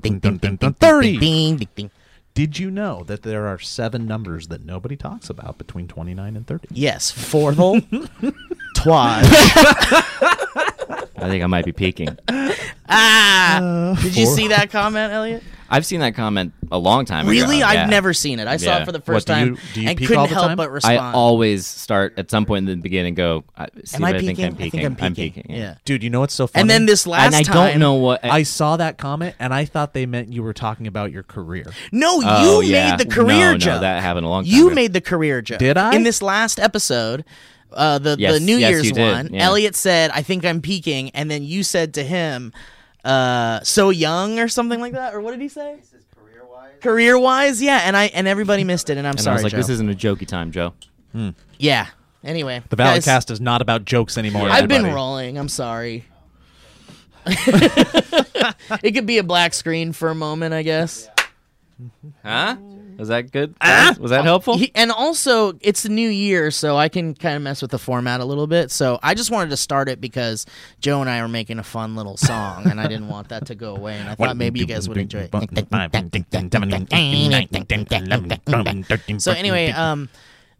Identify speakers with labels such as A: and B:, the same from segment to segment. A: Thirty.
B: Did you know that there are seven numbers that nobody talks about between 29 and 30?
A: Yes, forthal, twaj.
C: I think I might be peeking.
B: Uh,
A: Ah, did you
B: four.
A: see that comment, Elliot?
C: I've seen that comment a long time ago.
A: Really,
C: yeah.
A: I've never seen it. I saw
C: Yeah.
A: it for the
B: What,
A: first
B: do
A: time
B: you- do you
A: and
B: peek
A: couldn't
B: all the
A: help
B: time?
A: but
C: I
A: respond.
C: always start at some point in the beginning and go, I- see
A: Am
C: what
A: I
C: I think
A: peeking?
C: I'm peeking.
A: I think I'm peeking. yeah.
B: Dude, you know what's so funny?
A: And then this last
C: And I
A: time,
C: don't know what.
B: I saw that comment and I thought they meant you were talking about your career.
A: No,
C: Oh,
A: you
C: yeah.
A: made the career
C: No, no,
A: joke.
C: that happened a long time
A: You
C: ago.
A: made the career joke.
B: Did I?
A: In this last episode, uh, the the
C: Yes,
A: New
C: yes,
A: Year's
C: you did,
A: one,
C: yeah.
A: Elliot said, "I think I'm peaking," and then you said to him, uh, "So young" or something like that, or what did he say? Career wise, yeah, and I and everybody missed it, and I'm
C: and
A: sorry,
C: I was like,
A: Joe.
C: this isn't a jokey time, Joe.
A: yeah. Anyway,
B: The
A: guys,
B: Valleycast is not about jokes anymore.
A: I've been
B: everybody.
A: rolling. I'm sorry. it could be a black screen for a moment, I guess.
C: Huh? Was that good? guys? Was that helpful?
A: Ah! Oh, He- and also, it's the new year, so I can kind of mess with the format a little bit. So I just wanted to start it because Joe and I are making a fun little song, and I didn't want that to go away. And I thought maybe you guys would enjoy it. So anyway, um,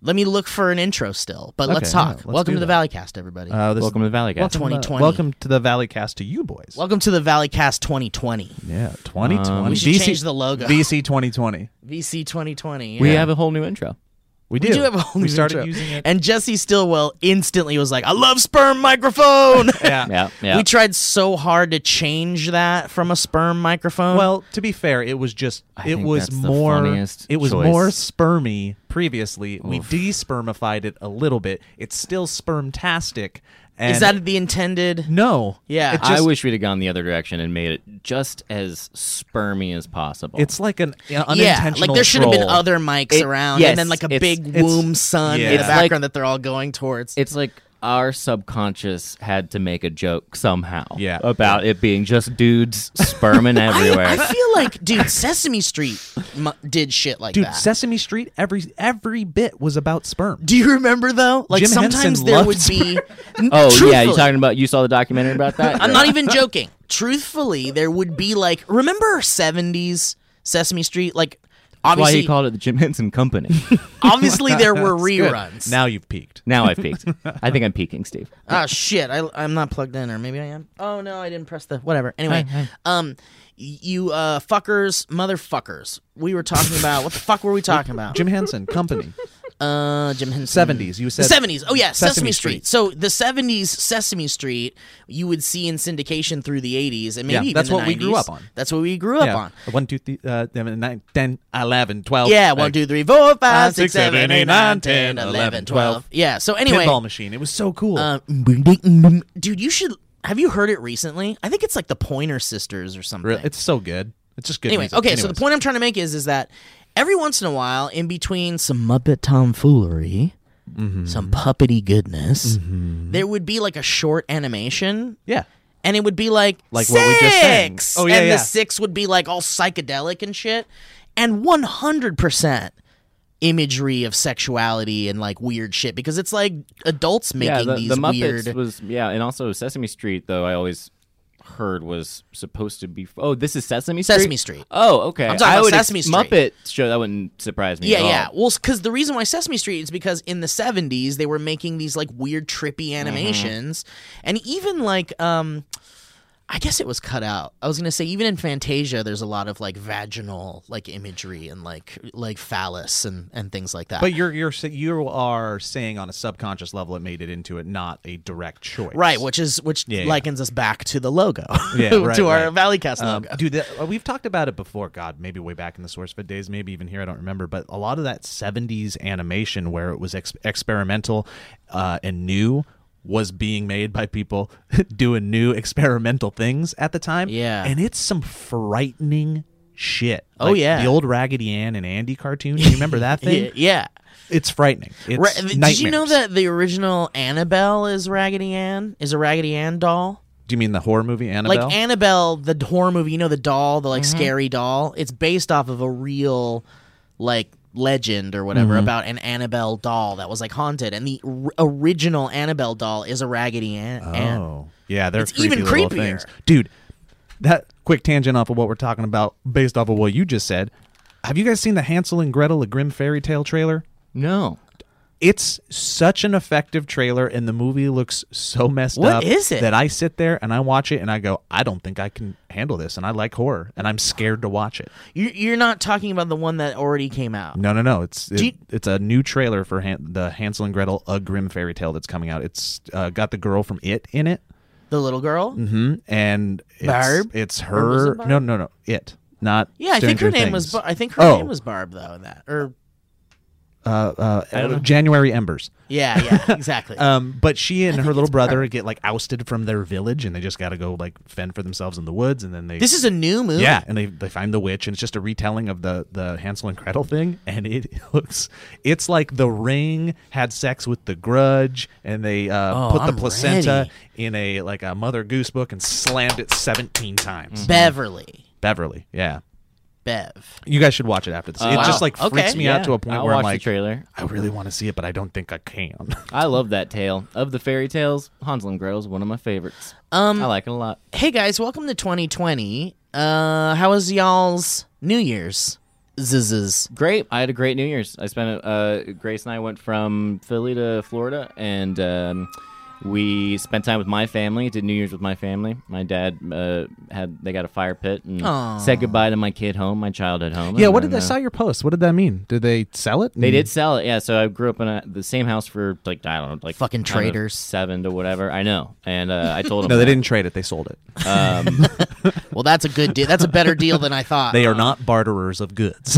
A: let me look for an intro still, but let's
B: Okay, yeah,
A: talk.
B: let's
A: Welcome
B: do
A: to the
B: that.
A: Valleycast, everybody.
B: Uh, this-
C: Welcome to the Valley Guys.
B: welcome, uh,
A: 2020.
B: Welcome to the Valleycast to you boys.
A: Welcome to the Valleycast 2020,
B: yeah, 2020.
C: Um, We
A: should change the logo.
B: VC 2020.
A: VC 2020.
C: We
A: yeah.
C: have a whole new intro.
B: We do.
A: We do have a whole
B: We
A: new
B: started
A: intro.
B: using it.
A: and Jesse Stillwell instantly was like, "I love sperm microphone."
B: yeah.
C: Yeah, yeah.
A: We tried so hard to change that from a sperm microphone.
B: Well, to be fair, it was just
C: I
B: it
C: think
B: was
C: that's the
B: more
C: funniest
B: it was
C: choice.
B: more spermy previously. We despermified it a little bit. It's still spermtastic. And
A: is that the intended?
B: no?
A: Yeah.
B: it
C: I
B: just-
C: wish we'd have gone the other direction and made it just as spermy as possible.
B: It's like an an
A: Yeah,
B: unintentional.
A: like there should have been
B: troll.
A: other mics
C: It-
A: around,
C: yes,
A: and then like a
C: it's-
A: big
B: it's-
A: womb sun
B: yeah.
A: in the
B: It's like-
A: background that they're all going towards.
C: it's like our subconscious had to make a joke somehow.
B: Yeah.
C: About it being just dudes sperming everywhere.
A: I, I feel like, dude, Sesame Street mu- did shit like
B: Dude,
A: that.
B: Sesame Street every every bit was about sperm.
A: Do you remember though? Like
B: Jim
A: sometimes
B: Henson
A: there
B: loved
A: would be.
C: oh yeah,
A: Truthfully,
C: you talking about you saw the documentary about that?
A: I'm not even joking. Truthfully, there would be like remember 70s Sesame Street like
C: That's why
A: obviously
C: he called it the Jim Henson Company.
A: obviously there were
B: Good.
A: reruns.
B: Now you've peaked.
C: now I've peaked. I think I'm peaking, Steve.
A: Ah shit, I I'm not plugged in or maybe I am. Oh no, I didn't press the whatever. Anyway, um you uh fuckers, motherfuckers. We were talking about what the fuck were we talking about?
B: Jim Henson Company,
A: uh Jim Henson.
B: seventies. You
A: The
B: said
A: 70s. Oh yeah, Sesame, Street. So the 70s Sesame Street you would see in syndication through the 80s and maybe
B: Yeah,
A: even
B: that's
A: the
B: what we grew
A: 90s.
B: up on.
A: That's what we grew up on.
B: Yeah. One, two, three, uh, nine, ten, eleven, twelve.
A: Yeah, one,
B: Like,
A: two, three, four, five,
B: five,
A: six,
B: six,
A: seven,
B: seven,
A: eight,
B: eight,
A: nine,
B: nine,
A: ten,
B: 10,
A: eleven,
B: 12.
A: twelve. Yeah. So anyway,
B: pinball machine. It was so cool.
A: uh, dude, you should. Have you heard it recently? I think it's like the Pointer Sisters or something.
B: Re- it's so good. It's just good.
A: anyway,
B: music.
A: okay. So the
B: Anyways.
A: point I'm trying to make is, is that every once in a while, in between some Muppet tomfoolery,
B: Mm-hmm.
A: some puppety goodness, there would be like a short animation
B: Yeah.
A: and it would be like
B: Like
A: six,
B: what we just sang. Oh, yeah,
A: and
B: yeah.
A: the six would be like all psychedelic and shit, and one hundred percent imagery of sexuality and like weird shit because it's like adults making
C: yeah, the,
A: these
C: the Muppets
A: weird.
C: was yeah, and also Sesame Street though I always heard was supposed to be oh this is Sesame Street.
A: Sesame Street.
C: Oh okay.
A: I'm talking
C: I
A: about
C: would ex-
A: Sesame Street.
C: Muppet show that wouldn't surprise me.
A: yeah,
C: at all.
A: yeah. Well, because the reason why Sesame Street is because in the '70s they were making these like weird, trippy
B: Mm-hmm.
A: animations, and even like, um, I guess it was cut out. I was gonna say even in Fantasia, there's a lot of like vaginal like imagery and like like phallus and and things like that.
B: But you're you're sa- you are saying on a subconscious level it made it into it, not a direct choice.
A: Right, which is which
B: Yeah, yeah.
A: likens us back to the logo,
B: Yeah,
A: to
B: right,
A: our
B: right.
A: Valleycast
B: Um,
A: logo.
B: dude, that, uh, we've talked about it before. God, maybe way back in the SourceFed days, maybe even here. I don't remember. But a lot of that '70s animation where it was ex- experimental uh, and new was being made by people doing new experimental things at the time.
A: Yeah.
B: and it's some frightening shit.
A: Oh, yeah.
B: the old Raggedy Ann and Andy cartoon. You remember that thing?
A: Y- yeah.
B: It's frightening. It's
A: Ra- did you know
B: nightmares.
A: that the original Annabelle is Raggedy Ann? Is a Raggedy Ann doll?
B: Do you mean the horror movie Annabelle? Mm-hmm.
A: Like Annabelle, the horror movie, you know the doll, the like scary doll. It's based off of a real like legend or whatever
B: Mm-hmm.
A: about an Annabelle doll that was like haunted, and the r- original Annabelle doll is a Raggedy Ann. Ann.
B: oh, Yeah, they're
A: It's
B: creepy
A: even
B: little
A: creepier.
B: things, dude. That quick tangent off of what we're talking about, based off of what you just said. Have you guys seen the Hansel and Gretel: A Grim Fairy Tale trailer?
C: No.
B: It's such an effective trailer, and the movie looks so messed
A: What
B: up.
A: is it?
B: That I sit there and I watch it, and I go, I don't think I can handle this, and I like horror, and I'm scared to watch it.
A: You- You're not talking about the one that already came out.
B: No, no, no. It's it,
A: you-
B: it's a new trailer for Han- the Hansel and Gretel: A Grim Fairy Tale that's coming out. It's uh, got the girl from It in it.
A: The little girl.
B: hmm And it's,
A: Barb?
B: It's
A: Or was
B: her.
A: it Barb?
B: No, no, no. It. Not.
A: Yeah, I think her
B: Stranger
A: name was.
B: Things.
A: Bar- I think her
B: Oh.
A: name was Barb though. In that or
B: uh,
C: don't
B: uh,
C: know.
B: January Embers.
A: yeah, yeah, exactly.
B: Um, but she and her little brother get like ousted from their village, and they just got to go like fend for themselves in the woods, and then they.
A: this is a new movie.
B: yeah, and they, they find the witch, and it's just a retelling of the, the Hansel and Gretel thing, and it looks it's like the ring had sex with the Grudge, and they uh,
A: Oh,
B: put the
A: I'm
B: placenta
A: ready.
B: in a like a Mother Goose book and slammed it seventeen times.
A: Beverly.
B: Beverly, yeah,
A: Bev.
B: You guys should watch it after this.
C: Oh,
B: it
A: wow.
B: just like freaks
A: Okay.
B: me out to a point
C: I'll
B: where
C: watch
B: I'm like,
C: the trailer.
B: I really want to see it, but I don't think I can.
C: I love that tale of the fairy tales. Hansel and Gretel is one of my favorites. Um, I like it a lot.
A: Hey guys, welcome to 2020. Uh, how was y'all's New Year's? Zizzes.
C: Great. I had a great New Year's. I spent. it- Uh, Grace and I went from Philly to Florida, and um, we spent time with my family. Did New Year's with my family. My dad uh, had they got a fire pit and
A: Aw.
C: said goodbye to my kid home, my childhood home.
B: yeah,
C: and
B: what did
C: then,
B: I
C: uh,
B: saw your post? What did that mean? Did they sell it?
C: They did sell it, yeah. So I grew up in a, the same house for like I don't know, like
A: Fucking
C: kind of
A: traitors.
C: seven to whatever. I know, and uh, I told them
B: No, they didn't trade it. They sold it.
C: Um,
A: Well, that's a good deal. That's a better deal than I thought.
B: They are not barterers of goods.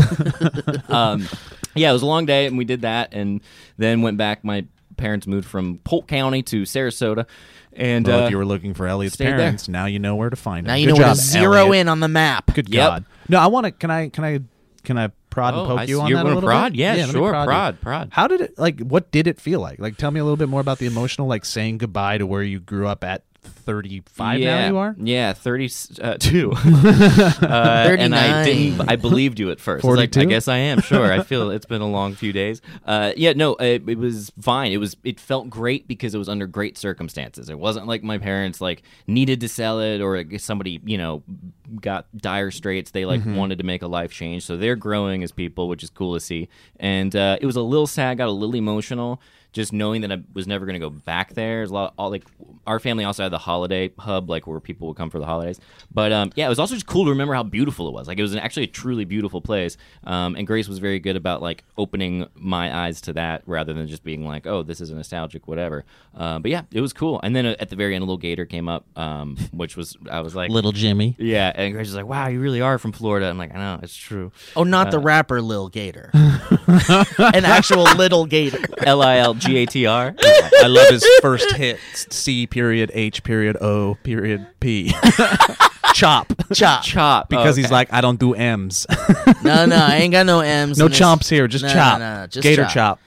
C: um, yeah, it was a long day, and we did that, and then went back. My parents moved from Polk County to Sarasota, and
B: well,
C: uh,
B: if you were looking for Elliot's
C: stayed there.
B: parents, now you know where to find
A: now
B: him.
A: you
B: Good
A: know where
B: job,
A: to zero
B: Elliot.
A: in on the map.
B: Good
C: Yep.
B: God. No, I want to. Can I? Can I? Can I prod
C: Oh,
B: and poke
C: I
B: you
C: see.
B: on
C: You're
B: that a
C: gonna
B: little
C: prod?
B: bit?
C: Yeah,
B: let me
C: sure,
B: prod you.
C: prod, prod.
B: How did it? Like, what did it feel like? Like, tell me a little bit more about the emotional, like, saying goodbye to where you grew up at 35.
C: yeah,
B: Now you are.
C: yeah, thirty-two, uh, two. uh, and I
A: 39.
C: didn't. I believed you at first. I was like,
B: 42?
C: I guess I am. Sure, I feel it's been a long few days. Uh, yeah, no, it, it was fine. It was. It felt great because it was under great circumstances. It wasn't like my parents like needed to sell it or like, somebody you know got dire straits. They
B: Mm-hmm.
C: like wanted to make a life change, so they're growing as people, which is cool to see. And uh, it was a little sad. Got a little emotional. Just knowing that I was never going to go back there. There's a lot, all, like our family also had the holiday hub, like where people would come for the holidays. But um, yeah, it was also just cool to remember how beautiful it was. Like it was an, actually a truly beautiful place. Um, and Grace was very good about like opening my eyes to that rather than just being like, oh, this is a nostalgic whatever. Um, but yeah, it was cool. And then uh, at the very end, a little gator came up, um, which was I was like,
B: Little Jimmy.
C: yeah. And Grace was like, wow, you really are from Florida. I'm like, I know, it's true.
A: Oh, not
B: Uh,
A: the rapper Lil Gator. An actual little gator.
C: L I L G A T R.
B: I love his first hit. C period H period O period P. Chop.
A: Chop.
C: Chop.
B: Because
C: Oh,
B: he's
C: okay.
B: like, I don't do M's.
A: No, no, I ain't got no M's.
B: no
A: in this-
B: chomps here, just
A: No, no,
B: chop.
A: no, just
B: Gator
A: chop.
B: chop.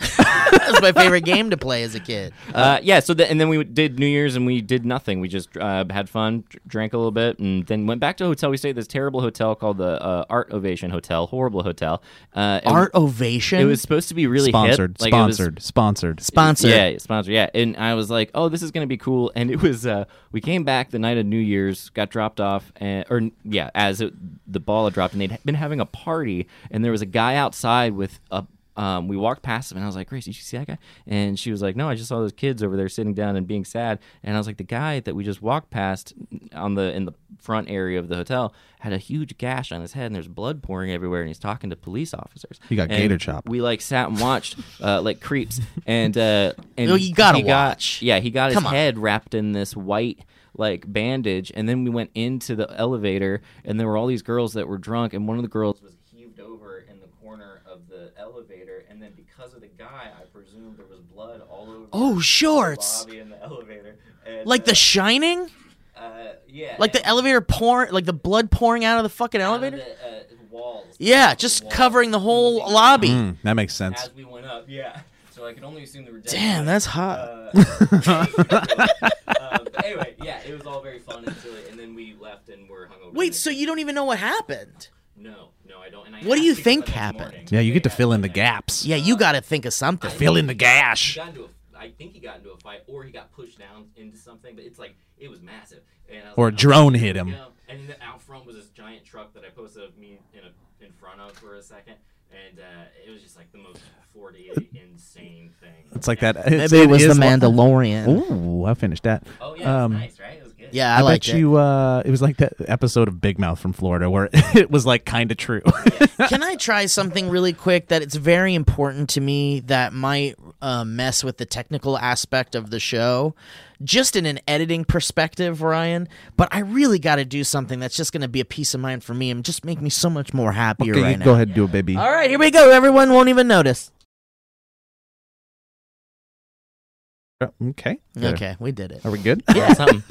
A: That was my favorite game to play as a kid.
C: Uh, yeah, so the, and then we did New Year's and we did nothing. We just uh, had fun, dr- drank a little bit, and then went back to a hotel. We stayed at this terrible hotel called the uh, Art Ovation Hotel, horrible hotel. Uh, and
A: Art ovation.
C: It was supposed to be really hip,
B: Sponsored.
C: like, it was-
B: sponsored. sponsored.
A: sponsored.
C: Yeah, sponsored. Yeah, and I was like, "Oh, this is gonna be cool." And it was. Uh, we came back the night of New Year's, got dropped off, and or yeah, as it, the ball had dropped, and they'd been having a party, and there was a guy outside with a. Um, we walked past him, and I was like, "Grace, did you see that guy?" And she was like, "No, I just saw those kids over there sitting down and being sad." And I was like, "The guy that we just walked past on the in the front area of the hotel had a huge gash on his head, and there's blood pouring everywhere, and he's talking to police officers."
B: He got
C: And
B: gator chopped.
C: We like sat and watched uh, like creeps, and uh, and
A: No, you gotta
C: he got-
A: watch.
C: yeah, he got
A: Come
C: his
A: on.
C: head wrapped in this white like bandage, and then we went into the elevator, and there were all these girls that were drunk, and one of the girls was heaved over in the corner of the elevator, and then because of the guy, I presume there was blood all over.
A: Oh,
C: the
A: shorts.
C: lobby and the elevator, and,
A: Like
C: uh,
A: The Shining?
C: uh, yeah,
A: Like the
C: and
A: elevator pouring, like the blood pouring out of the fucking
C: out of
A: elevator?
C: the, uh, walls.
A: Yeah,
C: Like,
A: just
C: walls.
A: covering the whole lobby.
B: Mm, that makes sense.
C: as we went up. Yeah. So I could only assume there were dead
A: Damn,
C: bodies.
A: that's hot.
C: Uh, um, but anyway, yeah, it was all very fun and silly, and then we left and were hungover.
A: Wait, so you don't even know what happened?
C: No, no, I don't. And I
A: What do
C: asked
A: you
C: because
A: think
C: the next
A: happened?
C: morning
B: Yeah, you
C: they
B: get to
C: asked
B: fill in
C: me
B: the
C: that.
B: gaps.
A: Yeah, you got to think of something.
B: Fill in the gash.
C: We got into a- I I think he got into a fight or he got pushed down into something, but it's like it was massive. And I was
B: Or a
C: like,
B: drone hit him.
C: yeah, and then out front was this giant truck that I posted of me in a, in front of for a second, and uh, it was just like the most 48 insane thing.
B: It's like that. it's-
A: Maybe it was
B: is
A: the
B: li-
A: Mandalorian.
B: Ooh, I finished that.
C: Oh yeah,
B: Um,
C: it was nice, right? It was good.
A: Yeah, I,
B: I,
A: liked
B: bet you uh, it was like that episode of Big Mouth from Florida where it was like kind of true.
A: it. Can I try something really quick that it's very important to me that might uh, mess with the technical aspect of the show, just in an editing perspective, Ryan? But I really got to do something that's just going to be a peace of mind for me and just make me so much more happier
B: Okay, you
A: right
B: can
A: now.
B: go ahead and do it, baby.
A: All right, here we go. Everyone won't even notice.
B: Okay.
A: Okay, we did it.
B: Are we good?
C: Yeah, something.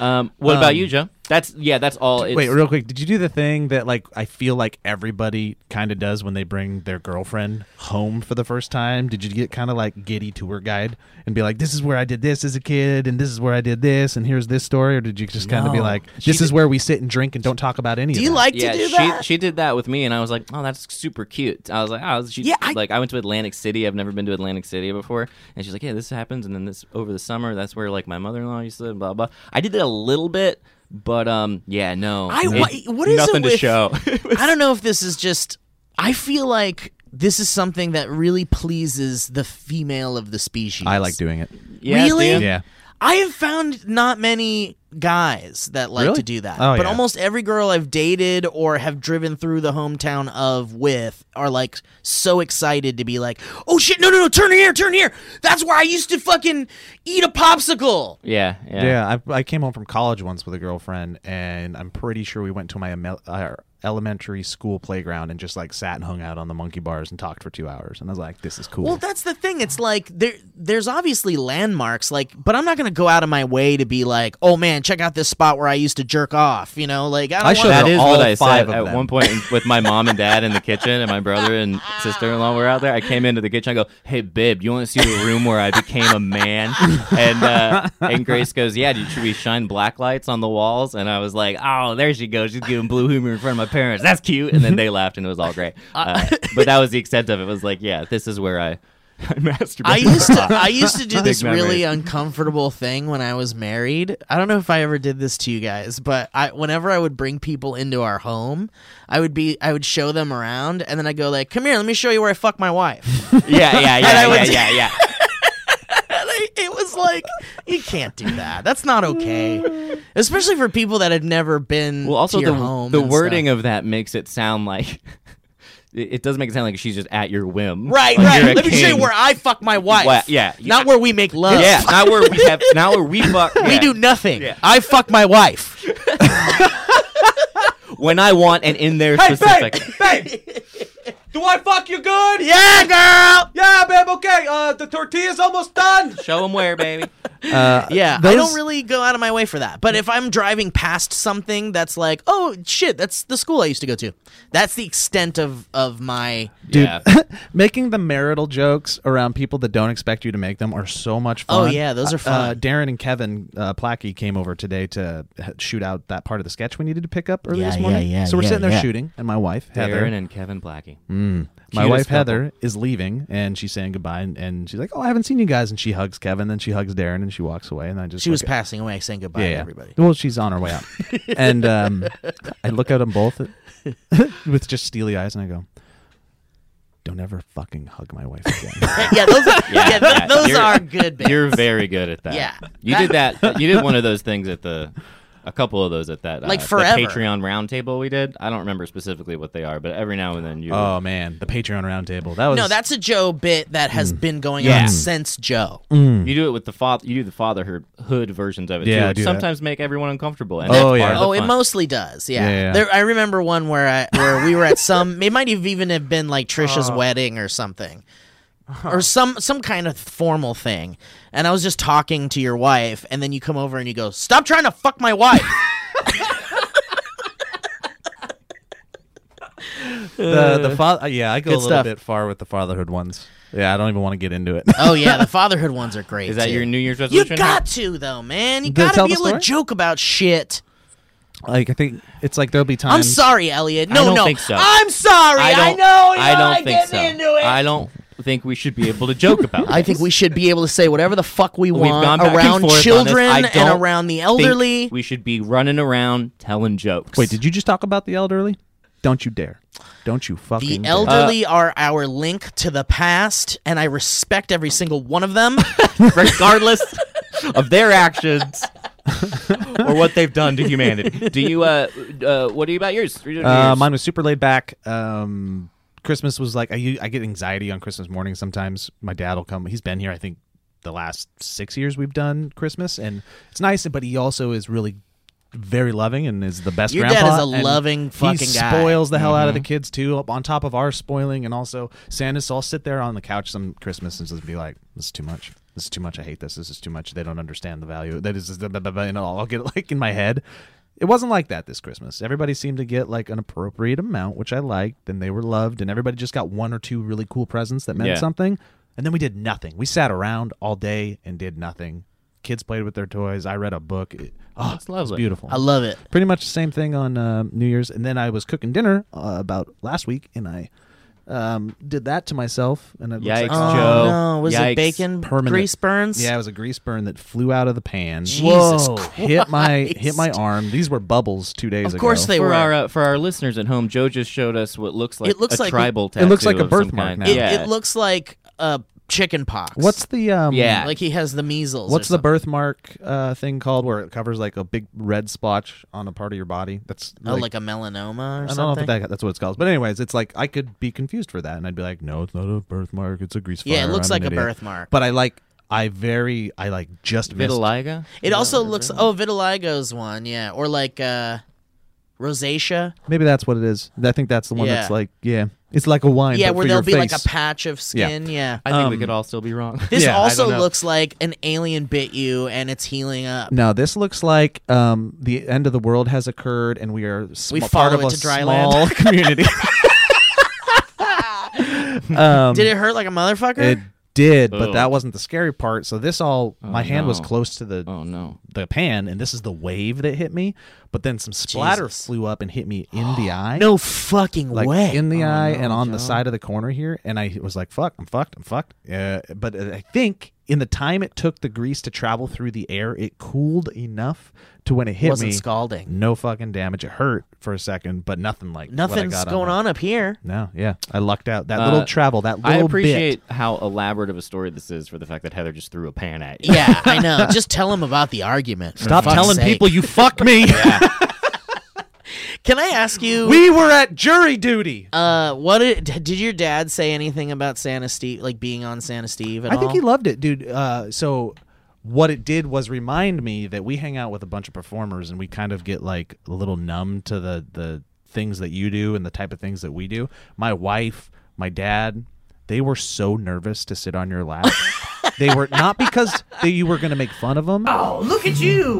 C: um, what about
B: Um,
C: you, Joe? That's yeah, that's all. It's,
B: Wait, real quick. Did you do the thing that like I feel like everybody kind of does when they bring their girlfriend home for the first time? Did you get kind of like giddy tour guide and be like, "This is where I did this as a kid, and this is where I did this, and here's this story," or did you just kind of be
C: No.
B: like,
C: She
B: "This is where we sit and drink and don't talk about any"?
A: Do
B: of
A: you
B: that?
A: like
C: yeah,
A: to do
C: she
A: that?
C: she did that with me, and I was like, "Oh, that's super cute." I was like, "Oh, she
A: Yeah, I-
C: like I went to Atlantic City. I've never been to Atlantic City before." And she's like, "Yeah, this happens." And then this over the summer, that's where like my mother in law used to live. Blah blah. I did that a little bit, but um, yeah, no.
A: I-
C: It-
A: why- what is it
C: nothing to
A: with-
C: show?
A: I don't know if this is just. I feel like this is something that really pleases the female of the species.
B: I like doing it.
C: Yeah,
A: really?
C: dude.
B: Yeah.
A: I have found not many guys that like
B: Really?
A: to do that.
B: Oh,
A: but
B: yeah.
A: almost every girl I've dated or have driven through the hometown of with are like so excited to be like, oh shit, no, no, no, turn here, turn here. That's where I used to fucking eat a popsicle.
C: Yeah, yeah,
B: Yeah, I, I came home from college once with a girlfriend, and I'm pretty sure we went to my emel- our elementary school playground and just like sat and hung out on the monkey bars and talked for two hours. And I was like, "This is cool."
A: Well, that's the thing. It's like there there's obviously landmarks, like, but I'm not gonna go out of my way to be like, oh man, check out this spot where I used to jerk off. You know, like I don't
B: I
A: want
B: showed
C: That
B: her
C: is
B: all
C: what I
B: five of
C: said at
B: them.
C: one point in- with my mom and dad in the kitchen, and my brother and sister in law were out there. I came into the kitchen. I go, "Hey, babe, you want to see the room where I became a man?" And uh, and Grace goes, "Yeah, dude, should we shine black lights on the walls?" And I was like, "Oh, there she goes. She's giving blue humor in front of my parents. That's cute." And then they laughed, and it was all great. Uh, but that was the extent of it. It Was like, "Yeah, this is where I." I masturbated.
A: I used to I used to do this
C: Big memories.
A: really uncomfortable thing when I was married. I don't know if I ever did this to you guys, but I whenever I would bring people into our home, I would be I would show them around and then I go like, "Come here, let me show you where I fuck my wife." and
C: yeah, yeah,
A: I
C: yeah, yeah,
A: would-
C: yeah, yeah.
A: I, it was like, you can't do that. That's not okay. Especially for people that had never been
C: Well, also
A: to your
C: the
A: home
C: the
A: and
C: wording
A: stuff.
C: of that makes it sound like it, it does make it sound like she's just at your whim,
A: Right,
C: Like you're
A: right.
C: a
A: Let me show you
C: king.
A: where I fuck my wife.
C: Wha- yeah,
A: Not where we make love.
C: yeah, not where we have, not where we fuck.
A: We
C: yeah.
A: do nothing.
C: Yeah.
A: I fuck my wife.
C: when I want and in there specific.
D: Do I fuck you good?
A: yeah, girl.
D: Yeah, babe. Okay. Uh, the tortilla's almost done.
C: Show them where, baby.
B: Uh,
A: Yeah, I
B: those-
A: don't really go out of my way for that. But if I'm driving past something that's like, oh shit, that's the school I used to go to. That's the extent of of my.
B: dude.
C: Yeah.
B: making the marital jokes around people that don't expect you to make them are so much
A: Oh,
B: fun.
A: yeah, those are
B: Uh, Uh,
A: fun.
B: Darren and Kevin uh, Plackey came over today to uh, shoot out that part of the sketch we needed to pick up earlier
A: Yeah,
B: this
A: yeah,
B: morning.
A: yeah,
B: so we're
A: yeah,
B: sitting there
A: yeah.
B: shooting, and my wife Heather,
C: Darren and Kevin Blackie.
B: my
C: Cutest
B: wife
C: couple.
B: Heather is leaving, and she's saying goodbye, and, and she's like, "Oh, I haven't seen you guys," and she hugs Kevin, then she hugs Darren, and she walks away, and I just
A: She was
B: look at-
A: passing away, saying goodbye to everybody.
B: Well, she's on her way out, and um, I look at them both with just steely eyes, and I go, "Don't ever fucking hug my wife again."
A: yeah, those are, yeah,
C: Yeah,
A: th-
C: yeah,
A: those
C: you're-
A: are good. Bits.
C: You're very good at that.
A: Yeah.
C: you did that. You did one of those things at the. A couple of those at that,
A: Like
C: uh, the
A: forever.
C: Patreon roundtable we did. I don't remember specifically what they are, but every now and then you.
B: oh man, the Patreon roundtable. That was
A: No, that's a Joe bit that
B: Hmm.
A: has been going
C: Yeah.
A: on since Joe.
C: You do it with the father. You do the fatherhood versions of it
B: Yeah, I
C: too, which
B: do that.
C: sometimes make everyone uncomfortable. And
B: Oh,
C: that's part
B: yeah.
C: of the
A: Oh, it
C: fun.
A: mostly does. Yeah.
B: Yeah, yeah, yeah.
A: There, I remember one where I, where we were at some. It might have even have been like
C: Oh.
A: Trisha's wedding or something,
C: Uh-huh.
A: or some some kind of formal thing. And I was just talking to your wife, and then you come over and you go, "Stop trying to fuck my wife."
B: the the fa- Yeah, I go a
A: Good
B: little
A: stuff.
B: bit far with the fatherhood ones. Yeah, I don't even want to get into it.
A: oh yeah, the fatherhood ones are great.
C: Is that
A: too.
C: your New Year's
A: You
C: resolution?
A: got to though, man. You
B: Did it
A: got to
B: tell
A: be
B: the
A: able to
B: story?
A: joke about shit.
B: like I think it's like there'll be times.
A: I'm sorry, Elliot. No,
C: don't
A: no.
C: think so.
A: I'm sorry. I,
C: I don't-
A: know. You
C: I
A: know,
C: don't
A: I
C: think
A: get
C: so.
A: into it.
C: I don't. think we should be able to joke about.
A: I think we should be able to say whatever the fuck we
C: We've gone
A: want
C: back and forth
A: around
C: on this.
A: children
C: I
A: and
C: don't
A: around the
C: think
A: elderly.
C: We should be running around telling jokes.
B: Wait, did you just talk about the elderly? Don't you dare! Don't you fucking
A: The
B: dare.
A: elderly are our link to the past, and I respect every single one of them.
C: regardless of their actions or what they've done to humanity. Do you? Uh, uh, what are you about yours? What are you doing
B: Uh,
C: yours?
B: mine was super laid back. Um, Christmas was like I, u- I get anxiety on Christmas morning sometimes. My dad will come. He's been here, I think, the last six years we've done Christmas, and it's nice. But he also is really very loving and is the best.
A: Your dad
B: grandpa,
A: is a
B: and
A: loving
B: he
A: fucking guy.
B: Spoils the hell out of the kids too. On top of our spoiling, and also Santa. So I'll sit there on the couch some Christmas and just be like, "This is too much. This is too much. I hate this. This is too much. They don't understand the value. That is, blah, blah, blah, blah," and I'll I'll get like in my head." It wasn't like that this Christmas. Everybody seemed to get like an appropriate amount, which I liked, and they were loved, and everybody just got one or two really cool presents that meant
C: Yeah.
B: something. And then we did nothing. We sat around all day and did nothing. Kids played with their toys. I read a book. It, oh,
C: That's lovely.
B: It's beautiful
A: I love it.
B: pretty much the same thing on uh, New Year's. And then I was cooking dinner uh, about last week, and I um, did that to myself. And it
C: Yikes,
B: looks
A: Oh
B: like
C: Joe.
A: no, was
C: Yikes.
A: it bacon
B: Permanent.
A: grease burns?
B: yeah, it was a grease burn that flew out of the pan.
A: Jesus
B: Whoa. Hit my hit my
A: Christ.
B: arm. These were bubbles two days ago.
A: Of course they
C: for
A: were.
C: our uh, for our listeners at home, Joe just showed us what looks like
A: It looks
C: a
A: like-
C: tribal
B: It looks
C: tattoo
B: like a
C: of some
B: birthmark
C: kind.
B: now.
A: It,
C: yeah.
A: it looks like uh, chicken pox.
B: What's the um,
C: Yeah.
A: like he has the measles. or
B: What's the
A: something.
B: birthmark uh, thing called where it covers like a big red splotch on a part of your body? That's
A: Oh, like, a melanoma or
B: I don't know
A: something.
B: if that, that's what it's called, but anyways, it's like I could be confused for that, and I'd be like, "No, it's not a birthmark; it's a grease
A: yeah, it
B: fire.
A: looks
B: I'm
A: like
B: an
A: a
B: idiot."
A: birthmark.
B: But I like, I very, I like just missed.
C: vitiligo.
A: It also looks oh vitiligo's one, yeah, or like uh rosacea.
B: Maybe that's what it is. I think that's the one that's
A: Yeah.
B: like, yeah, it's like a wine.
A: yeah,
B: but
A: where
B: for
A: there'll
B: your
A: be like
B: face.
A: a patch of skin, yeah.
C: I think we
B: Um,
C: could all still be wrong.
A: This
B: Yeah, I
A: also
B: don't know.
A: looks like an alien bit you and it's healing up.
B: No, this looks like um, the end of the world has occurred, and we are sm-
A: We
B: part
A: follow
B: of
A: it
B: a
A: to dry
B: small
A: land.
B: community. um,
A: Did it hurt like a motherfucker?
B: it did,
C: Ugh. Oh,
B: but that wasn't the scary part. So this all, my hand was
C: no.
B: close to the
C: oh no.
B: the pan, and this is the wave that hit me. But then some splatter
A: Jesus.
B: flew up and hit me in the eye.
A: no fucking
B: like
A: way.
B: in the eye and on the side of the corner here. And I was like, "Fuck, I'm fucked, I'm fucked." Uh, but uh, I think in the time it took the grease to travel through the air, it cooled enough to when it hit
A: wasn't
B: me,
A: scalding.
B: no fucking damage. It hurt for a second, but nothing like what I
A: Nothing's
B: got
A: going
B: my-
A: on up here.
B: No, yeah, I lucked out. That
C: Uh,
B: little travel, that
C: I
B: little
C: appreciate how elaborate of a story this is for the fact that Heather just threw a pan at you.
A: Yeah, I know. Just tell him about the argument. for
B: Stop
A: fuck's
B: telling
A: sake.
B: people you fucked me.
A: Can I ask you?
B: we were at jury duty.
A: uh, what did, did your dad say anything about Santa Steve, like being on Santa Steve at
B: I
A: all?
B: think he loved it, dude. Uh, so what it did was remind me that we hang out with a bunch of performers and we kind of get like a little numb to the the things that you do and the type of things that we do. My wife, my dad, they were so nervous to sit on your lap. they were not because that you were going to make fun of them.
E: Oh, look at you!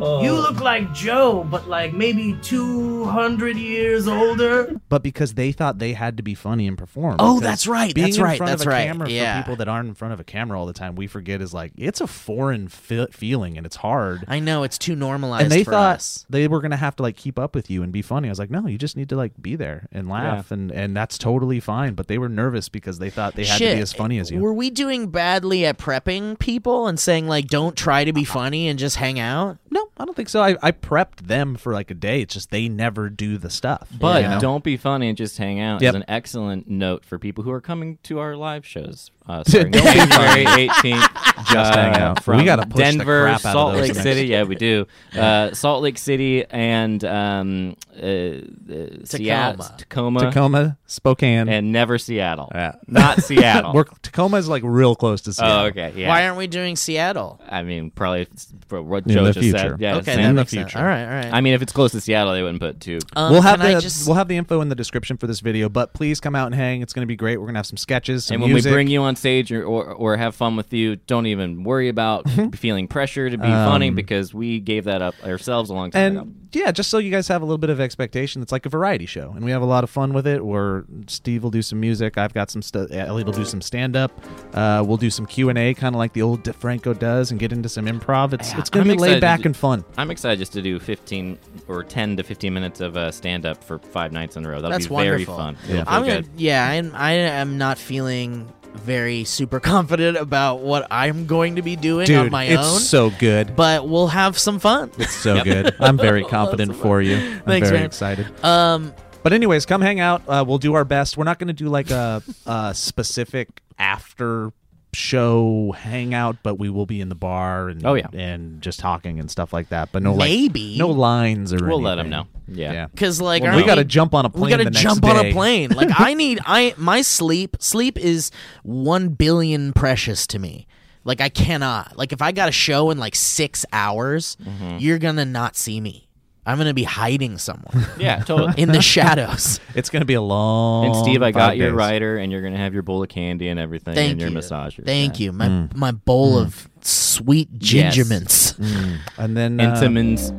E: You
B: Oh.
E: look like Joe, but like maybe 200 years older.
B: but because they thought they had to be funny and perform.
A: Oh,
B: Because
A: that's right,
B: Being
A: that's
B: in
A: right,
B: front
A: that's
B: of a
A: right,
B: Camera
A: yeah.
B: for people that aren't in front of a camera all the time, we forget is like it's a foreign fe- feeling and it's hard.
A: I know it's too normalized.
B: and they
A: for
B: thought
A: us.
B: they were gonna have to like keep up with you and be funny. I was like, no, you just need to like be there and laugh, and and that's totally fine. But they were nervous because they thought they had to
A: Shit,
B: be as funny as you.
A: Were we doing badly at prepping people and saying like, don't try to be funny and just hang out?
B: No, I don't think so. I, I prepped them for like a day. It's just they never do the stuff.
C: But
B: you know?
C: don't be funny and just hang out
B: Yep.
C: is an excellent note for people who are coming to our live shows. Uh, starting January 18th.
B: Just hang
C: uh,
B: out. We
C: From
B: gotta push the
C: Denver,
B: crap out of
C: Salt
B: those
C: Lake
B: things.
C: City. Yeah, we do. Uh, Salt Lake City and um, uh, uh, Seattle,
A: Tacoma.
C: Tacoma,
B: Tacoma, Spokane,
C: and never Seattle.
B: Yeah.
C: Not Seattle.
B: Uh, we're, Tacoma is like real close to. Seattle.
C: oh, okay. Yeah.
A: Why aren't we doing Seattle?
C: I mean, probably it's for what
B: In
C: Joe
B: the
C: just
B: future.
C: said. Yeah,
A: okay,
C: same.
A: that
B: in the
A: makes sense.
B: future.
A: All right, all right.
C: I mean, if it's close to Seattle, they wouldn't put two.
A: Um,
B: we'll have
A: can I
B: the
A: just-
B: we'll have the info in the description for this video, but please come out and hang. It's going to be great. We're going to have some sketches, some
C: and when
B: music.
C: we bring you on stage or, or, or have fun with you, don't even worry about feeling pressure to be
B: Um,
C: funny because we gave that up ourselves a long time ago.
B: And yeah, just so you guys have a little bit of expectation, it's like a variety show, and we have a lot of fun with it. Where Steve will do some music, I've got some stuff. Elliot will do some stand up. Uh, we'll do some Q and A, kind of like the old DeFranco does, and get into some improv. It's it's going
C: I'm
B: to be laid
C: excited
B: back
C: to-
B: and fun.
C: I'm excited just to do 15 or 10 to 15 minutes of uh, stand up for five nights in a row. That'll
A: That's
C: be
A: wonderful.
C: very fun.
B: Yeah.
C: It'll feel
A: I'm gonna,
C: good.
A: yeah, I'm, I am not feeling very super confident about what I'm going to be doing on
B: Dude,
A: my
B: it's
A: own.
B: so good.
A: but we'll have some fun.
B: It's so good. I'm very confident for you. I'm
A: Thanks,
B: very
A: man.
B: excited.
A: Um,
B: But anyways, come hang out. Uh, we'll do our best. We're not going to do like a, a specific after show hangout, but we will be in the bar and
C: Oh, yeah.
B: and just talking and stuff like that. But no like
A: Maybe.
B: no lines or
C: We'll let 'em
B: anything.
C: know. Yeah.
A: because like
B: Yeah.
A: our
B: We got to
A: main-
B: jump on a plane.
A: we gotta
B: the next
A: jump on
B: day.
A: a plane. Like I need I my sleep sleep is one billion precious to me. Like I cannot. Like if I got a show in like six hours,
B: Mm-hmm.
A: you're gonna not see me. I'm gonna be hiding somewhere
C: Yeah, totally.
A: in the shadows.
B: It's going to be a long.
C: And Steve, I
B: five
C: got your
B: days.
C: rider, and you're gonna have your bowl of candy and everything,
A: Thank
C: and your
A: you.
C: massages.
A: Thank you. My
B: Mm.
A: my bowl of sweet
C: Yes.
A: gingermints.
B: Mm. And then
C: And
B: uh,
C: Simmons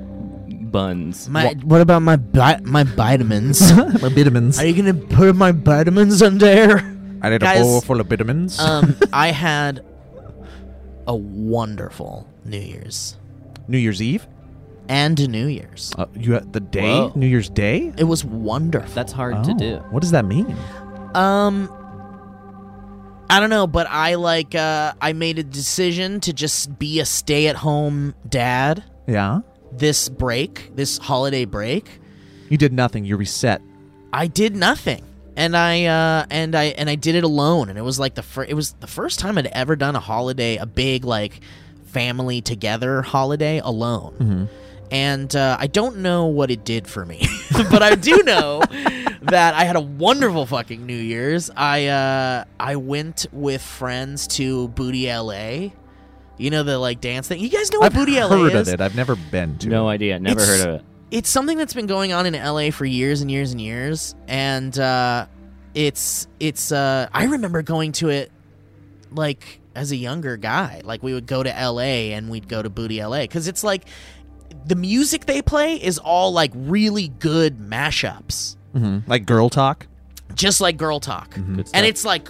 C: buns.
A: My what about my vi- my vitamins?
B: my vitamins.
A: Are you gonna put my vitamins in there?
B: I need
A: Guys,
B: a bowl full of vitamins.
A: Um, I had a wonderful New Year's
B: New Year's Eve.
A: and New Year's.
B: Uh, you had the day,
C: Whoa.
B: New Year's Day.
A: It was wonderful.
C: That's hard to
B: Oh,
C: do.
B: What does that mean?
A: Um I don't know, but I like uh I made a decision to just be a stay-at-home dad
B: Yeah,
A: this break, this holiday break.
B: you did nothing. You reset.
A: I did nothing. And I uh and I and I did it alone and it was like the fir- it was the first time I'd ever done a holiday, a big like family together holiday alone.
B: Mm-hmm.
A: And uh, I don't know what it did for me, but I do know that I had a wonderful fucking New Year's. I uh, I went with friends to Booty LA, you know the like dance thing. You guys know what
B: I've
A: Booty
B: heard
A: LA
B: of
A: is?
B: it. I've never been to.
C: No idea. Never
A: It's-
C: heard of it.
A: it's something that's been going on in LA for years and years and years, and uh, it's it's. Uh, I remember going to it like as a younger guy. Like we would go to LA and we'd go to Booty LA because it's like the music they play is all like really good mashups,
B: it. hmm Like girl talk.
A: just like Girl Talk,
B: Mm-hmm.
C: Good stuff.
A: and it's like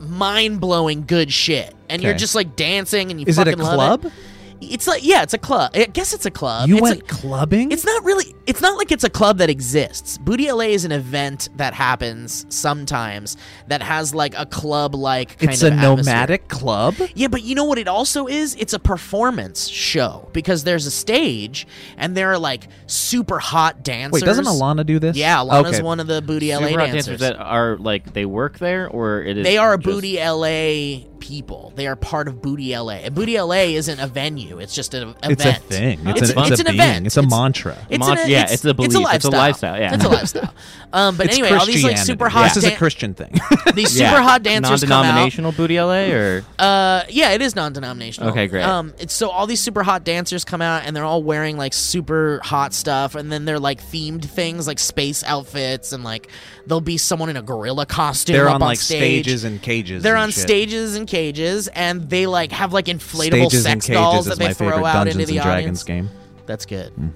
A: mind blowing good shit. And you're
B: Okay.
A: just like dancing and you
B: Is it
A: fucking
B: a
A: love
B: club?
A: it. It's like yeah, it's a club. I guess it's a club.
B: you
A: It's
B: went
A: a-
B: clubbing.
A: it's not really. It's not like it's a club that exists. Booty LA is an event that happens sometimes that has like a club like.
B: It's a
A: of atmosphere.
B: nomadic club.
A: Yeah, but you know what it also is? It's a performance show because there's a stage and there are like super hot dancers.
B: Wait, doesn't Alana do this?
A: Yeah, Alana's
B: Okay.
A: one of the Booty LA
C: Super hot
A: dancers.
C: dancers that are like they work there, or it is
A: they are a
C: just-
A: Booty LA people. They are part of Booty LA. And Booty LA isn't a venue. It's just an event.
B: It's a thing. It's,
A: It's
B: an,
A: a-
B: it's
A: it's
B: a
A: an
B: being.
A: event.
B: It's a
A: It's-
B: mantra.
A: It's
C: Mon-
A: an,
C: yeah,
A: it's,
C: it's a belief.
A: It's a
C: It's a
A: lifestyle.
C: lifestyle, yeah.
A: it's a lifestyle. Um, but
B: it's
A: anyway, all these like super hot,
B: This is a
A: dan-
B: Christian thing.
A: these super
C: Yeah.
A: hot dancers come out.
C: Non-denominational booty LA, or
A: Uh, yeah, it is non-denominational.
C: Okay, great.
A: Um, it's, so all these super hot dancers come out, and they're all wearing like super hot stuff, and then they're like themed things, like space outfits, and like there'll be someone in a gorilla costume.
B: They're
A: up
B: on like
A: stage.
B: stages and cages.
A: They're
B: and
A: on
B: shit.
A: stages and cages, and they like have like inflatable
B: Stages and
A: sex
B: cages
A: dolls
B: is
A: that they
B: my
A: throw
B: favorite
A: out
B: Dungeons
A: into the
B: and Dragons
A: audience.
B: game.
A: That's good.
B: Hmm.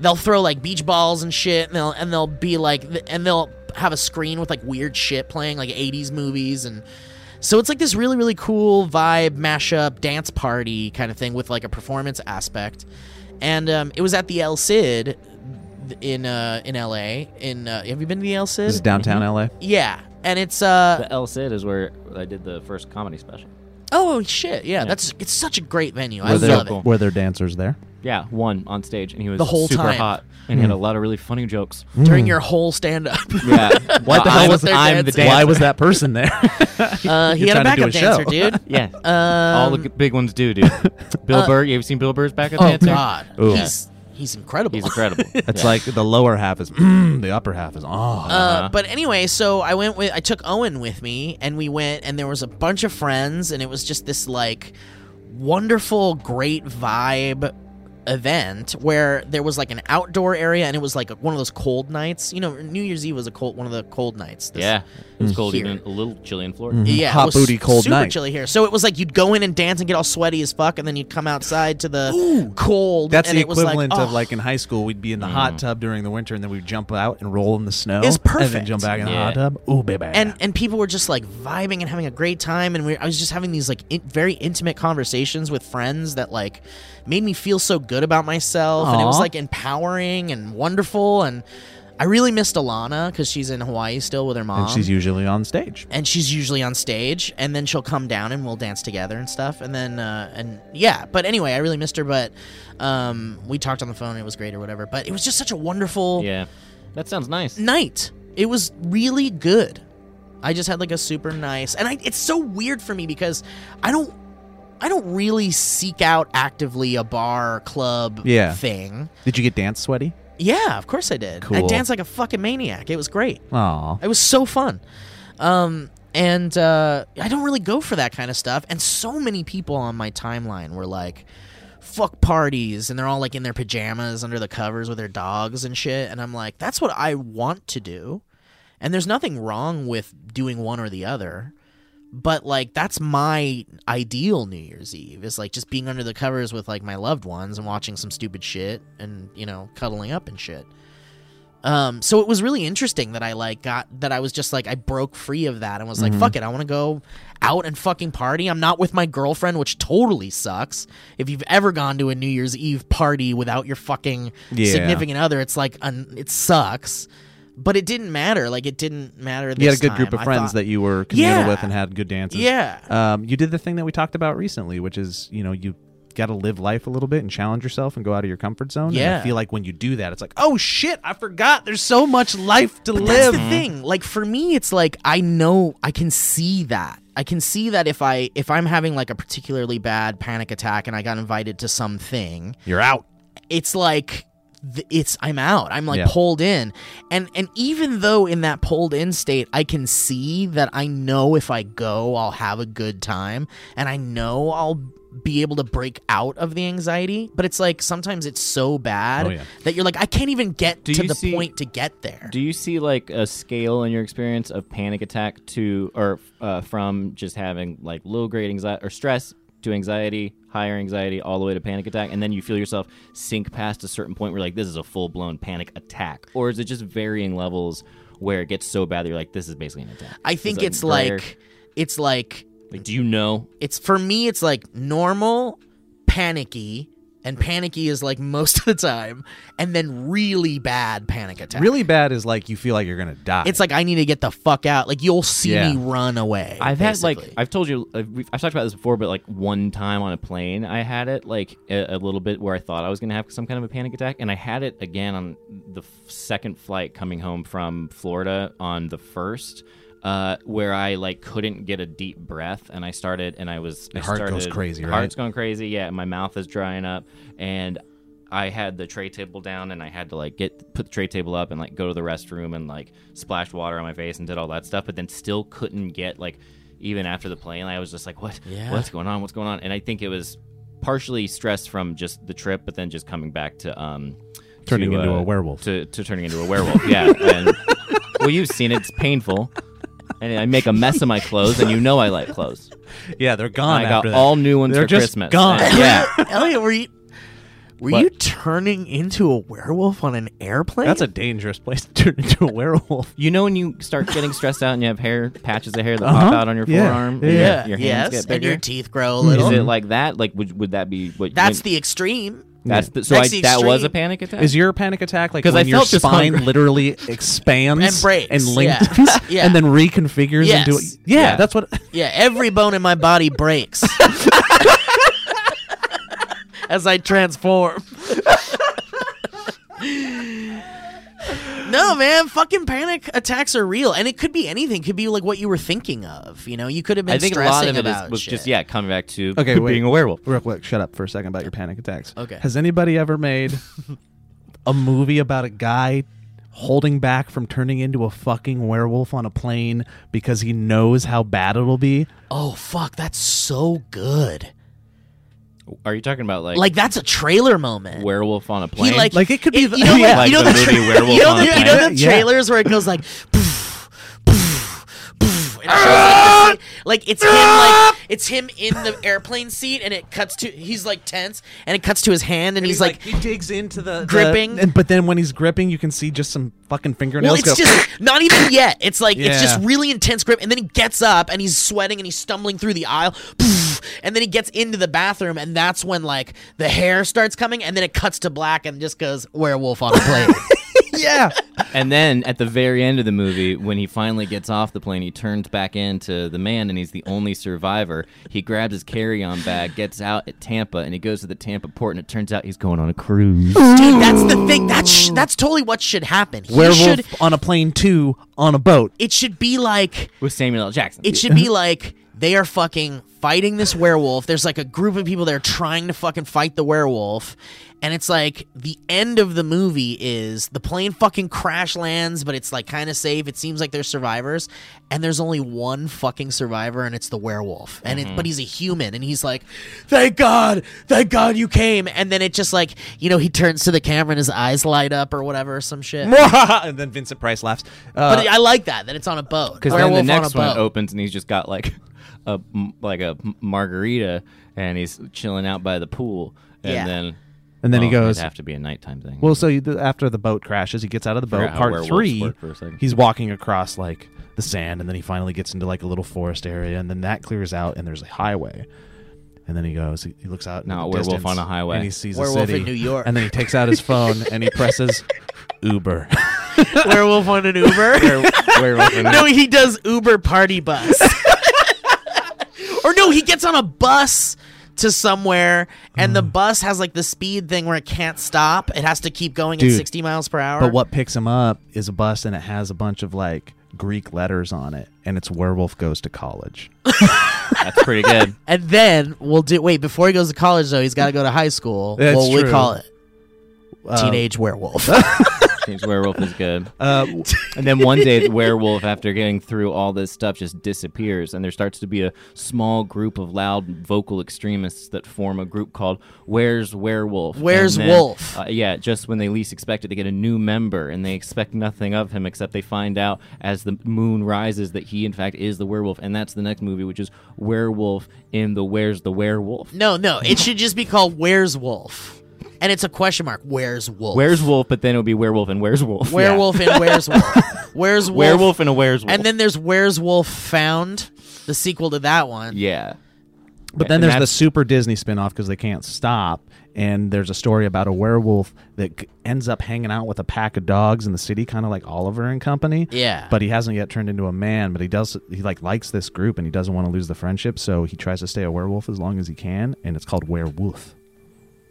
A: They'll throw like beach balls and shit, and they'll and they'll be like, th- and they'll have a screen with like weird shit playing, like '80s movies, and so it's like this really really cool vibe mashup dance party kind of thing with like a performance aspect, and um, it was at the El Cid th- in uh, in L.A. In uh, have you been to the El Cid?
B: This is downtown LA.
A: yeah, and it's uh
C: the El Cid is where I did the first comedy special.
A: oh shit yeah, that's it's such a great venue I
B: Were there,
A: love it.
B: were there dancers there?
C: Yeah, one on stage, and he was
A: The whole
C: super
A: time.
C: hot, and he had a lot of really funny jokes.
A: During
B: Hmm.
A: your whole stand up,
C: Mm. Yeah, what
A: the hell was their
C: I'm the
A: dancing?
C: dancer.
B: Why was that person there?
A: uh, he
B: You're
A: had a
B: trying to do
A: backup
B: a
A: dancer,
B: show.
A: dude.
C: Yeah, all
A: Um,
C: the g- big ones do, dude. Bill Burr, you ever seen Bill Burr's backup
A: Oh
C: dancer?
A: God,
B: Ooh.
A: he's he's incredible.
C: He's incredible.
B: It's
C: Yeah.
B: like the lower half is mm, the upper half is oh.
A: Uh, but anyway, so I went with I took Owen with me, and we went, and there was a bunch of friends, and it was just this like wonderful, great vibe event where there was like an outdoor area, and it was like one of those cold nights. You know, New Year's Eve was a cold one of the cold nights. This-
C: yeah, it was cold,
A: Here.
C: even a little chilly in Florida.
A: Yeah, it
B: Hot
A: was
B: booty, cold
A: super
B: night.
A: chilly here. So it was like you'd go in and dance and get all sweaty as fuck, and then you'd come outside to the cold.
B: That's
A: and
B: the
A: it was like,
B: equivalent of
A: oh.
B: like in high school, we'd be in the hot tub during the winter, and then we'd jump out and roll in the snow.
A: It's
B: And then
A: perfect.
B: jump back in the
C: Yeah.
B: hot tub. Ooh, baby.
A: and and people were just like vibing and having a great time and we I was just having these like in, very intimate conversations with friends that like made me feel so good about myself and it was
B: Aw.
A: like empowering and wonderful and I really missed Alana because she's in Hawaii still with her mom.
B: and she's usually on stage.
A: and she's usually on stage and then she'll come down and we'll dance together and stuff and then uh, and yeah but anyway i really missed her but um, we talked on the phone and it was great or whatever but it was just such a wonderful
C: Yeah, that sounds nice.
A: night it was really good i just had like a super nice and I, it's so weird for me because i don't i don't really seek out actively a bar club
B: Yeah.
A: thing
B: Did you get dance sweaty?
A: yeah of course i did i
B: Cool.
A: danced like a fucking maniac it was great
B: Aw.
A: it was so fun. Um, and uh, I don't really go for that kind of stuff. And so many people on my timeline were like, fuck parties. And they're all like in their pajamas under the covers with their dogs and shit. And I'm like, that's what I want to do. And there's nothing wrong with doing one or the other. But like that's my ideal New Year's Eve is like just being under the covers with like my loved ones and watching some stupid shit and you know cuddling up and shit. Um, so it was really interesting that I like got that I was just like I broke free of that and was
B: Mm-hmm.
A: like, fuck it, I want to go out and fucking party. I'm not with my girlfriend, which totally sucks. If you've ever gone to a New Year's Eve party without your fucking
B: Yeah.
A: significant other, it's like un- it sucks. But it didn't matter. Like it didn't matter. This
B: You had a good group
A: time.
B: of
A: I
B: friends
A: thought-
B: that you were communal
A: Yeah.
B: with and had good dances.
A: Yeah.
B: Um, you did the thing that we talked about recently, which is you know you got to live life a little bit and challenge yourself and go out of your comfort zone. And
A: Yeah.
B: I feel like when you do that, it's like, oh shit, I forgot. There's so much life to
A: But
B: live.
A: That's the thing. Like for me, it's like I know I can see that. I can see that if I if I'm having like a particularly bad panic attack and I got invited to something,
B: You're out.
A: it's like th- it's I'm out. I'm like
B: Yeah.
A: pulled in. And and even though in that pulled in state, I can see that I know if I go, I'll have a good time and I know I'll be able to break out of the anxiety, but it's like sometimes it's so bad
B: Oh, yeah.
A: that you're like I can't even get
C: Do
A: to
C: you
A: the
C: see-
A: point to get there.
C: Do you see like a scale in your experience of panic attack to or uh, from just having like low grade anxiety or stress to anxiety, higher anxiety, all the way to panic attack, and then you feel yourself sink past a certain point where like this is a full blown panic attack, or is it just varying levels where it gets so bad that you're like this is basically an attack?
A: I
C: Is
A: think
C: that
A: it's
C: greater?
A: like it's like
C: Like, do you know?
A: it's for me it's like normal, panicky, and panicky is like most of the time, and then really bad panic attack.
B: Really bad is like you feel like you're gonna die.
A: It's like I need to get the fuck out. Like you'll see
B: Yeah.
A: me run away.
C: I've had like
A: basically.
C: I've told you I've, we've- I've talked about this before, but like one time on a plane, I had it like a, a little bit where I thought I was gonna have some kind of a panic attack, and I had it again on the f- second flight coming home from Florida on the first, uh, where I like couldn't get a deep breath, and I started and I was
B: Your
C: I
B: heart goes
C: started-
B: crazy, right?
C: Heart's going crazy, yeah. and My mouth is drying up, and I had the tray table down, and I had to like get put the tray table up and like go to the restroom and like splash water on my face and did all that stuff, but then still couldn't get like even after the plane, I was just like, what,
A: Yeah.
C: what's going on, what's going on, and I think it was partially stress from just the trip, but then just coming back to um
B: Turning
C: to,
B: into
C: uh,
B: a werewolf.
C: to to turning into a werewolf, yeah. And, well, you've seen it, it's painful. And I make a mess of my clothes, and you know I like clothes.
B: yeah, they're gone.
C: I got
B: after that.
C: all new ones
B: They're
C: for
B: just
C: Christmas.
B: gone.
C: And- yeah.
A: Elliot, were you were
C: What?
A: you turning into a werewolf on an airplane?
B: That's a dangerous place to turn into a werewolf.
C: You know when you start getting stressed out and you have hair patches of hair that pop
B: Uh-huh.
C: out on your
B: Yeah.
C: forearm? and
A: yeah.
C: Your, your
A: yes,
C: hands get
A: and
C: bigger.
A: your teeth grow a little.
C: Is it like that? Like would, would that be what?
A: That's
C: when-
A: the extreme.
C: That's the, so
A: That's
C: I,
A: the
C: that was
A: extreme.
C: a panic attack.
B: Is your panic attack like
C: 'Cause
B: when
C: I
B: your
C: felt just
B: spine
C: hungry.
B: literally expands
A: And breaks,
B: and
A: yeah.
B: lengthens
A: Yeah.
B: and then reconfigures
A: Yes.
B: into? Yeah,
C: Yeah.
B: that's what.
A: Yeah, every bone in my body breaks as I transform. no, man, fucking panic attacks are real, and it could be anything. It could be like what you were thinking of. You know, you could have been
C: I think a
A: stressing
C: lot of it
A: about
C: is, was
A: shit.
C: just yeah coming back to
B: Okay,
C: being
B: wait.
C: a werewolf.
B: Real quick, shut up for a second about your panic attacks.
A: Okay.
B: Has anybody ever made a movie about a guy holding back from turning into a fucking werewolf on a plane because he knows how bad it'll be?
A: Oh fuck, that's so good.
C: Are you talking about like
A: Like that's a trailer moment.
C: werewolf on a plane?
A: he like
B: Like, it could be
A: you
B: the-
A: know, like,
B: yeah.
C: Like
A: you know
C: the
A: the,
C: movie
A: tra-
C: Werewolf
A: you know
C: on
A: the,
C: a
A: you know
B: Planet?
A: the
B: Yeah.
A: trailers where it goes like poof, poof, poof, and it
B: Ah!
A: shows, like, the sea- like it's him like it's him in the airplane seat and it cuts to he's like tense and it cuts to his hand and, he's, like,
B: he digs into the
A: Gripping.
B: and, but then when he's gripping, you can see just some fucking
A: well,
B: fingernails
A: it's
B: go.
A: just not even yet. It's like it's just
B: Yeah.
A: really intense grip, and then he gets up and he's sweating and he's stumbling through the aisle, poof, and then he gets into the bathroom, and that's when like the hair starts coming, and then it cuts to black and just goes werewolf on a plane.
B: yeah.
C: And then at the very end of the movie, when he finally gets off the plane, he turns back into the man and he's the only survivor. He grabs his carry on bag, gets out at Tampa, and he goes to the Tampa port, and it turns out he's going on a cruise.
A: Dude, that's the thing. That's sh- that's totally what should happen. He
B: Werewolf
A: should.
B: on a plane two on a boat.
A: It should be like
C: With Samuel L. Jackson.
A: it should be like they are fucking fighting this werewolf. There's like a group of people that are trying to fucking fight the werewolf. And it's like the end of the movie is the plane fucking crash lands, but it's like kind of safe. It seems like there's survivors, and there's only one fucking survivor, and it's the werewolf. And it, but he's a human, and he's like, "Thank God, thank God you came." And then it just like you know he turns to the camera and his eyes light up or whatever or some shit.
B: and then Vincent Price laughs. Uh,
A: But I like that that it's on a boat
C: Because then the
A: Werewolf on
C: next
A: a
C: one
A: boat.
C: opens and he's just got like a m- like a m- margarita and he's chilling out by the pool. And
A: Yeah.
C: then
B: and then he
C: oh, it'd
B: goes.
C: have to be a nighttime thing.
B: Well, so you, the, after the boat crashes, he gets out of the boat.
C: Forgot how
B: Part
C: werewolves
B: three,
C: work for a second.
B: he's walking across like the sand, and then he finally gets into like a little forest area, and then that clears out, and there's a highway. And then he goes. He, he looks out. into the
C: Now a werewolf
B: distance,
C: on a highway.
B: And he sees a
A: Werewolf
B: city
A: in New York.
B: And then he takes out his phone and he presses Uber.
A: werewolf on an Uber.
C: werewolf in
A: No, he does Uber party bus. or no, he gets on a bus to somewhere and the bus has like the speed thing where it can't stop. It has to keep going
B: Dude.
A: at 60 miles per hour.
B: But what picks him up is a bus, and it has a bunch of like Greek letters on it, and it's "Werewolf goes to college."
C: That's pretty good.
A: And then we'll do wait, before he goes to college though, he's got to go to high school.
B: That's
A: well, we
B: true.
A: call it
B: Uh,
A: teenage werewolf.
C: Seems werewolf is good.
B: Uh,
C: And then one day, the werewolf, after getting through all this stuff, just disappears, and there starts to be a small group of loud vocal extremists that form a group called "Where's Werewolf?" And
A: Where's
C: then,
A: Wolf?
C: uh, yeah, just when they least expect it, they get a new member, and they expect nothing of him except they find out as the moon rises that he, in fact, is the werewolf, and that's the next movie, which is Werewolf in the Where's the Werewolf?
A: no, no, it should just be called Where's Wolf. And it's a question mark. Where's Wolf?
C: Where's Wolf? But then it'll be Werewolf and Where's Wolf?
A: werewolf and where's wolf? Where's
C: Yeah.
A: wolf?
C: Werewolf and a Where's Wolf.
A: And then there's Where's Wolf Found, the sequel to that one.
C: yeah.
B: But then
C: And
B: there's the
C: that's-
B: super Disney spinoff because they can't stop. And there's a story about a werewolf that c- ends up hanging out with a pack of dogs in the city, kind of like Oliver and company.
A: Yeah.
B: But he hasn't yet turned into a man. But he does. He like likes this group, and he doesn't want to lose the friendship, so he tries to stay a werewolf as long as he can. And it's called Werewolf.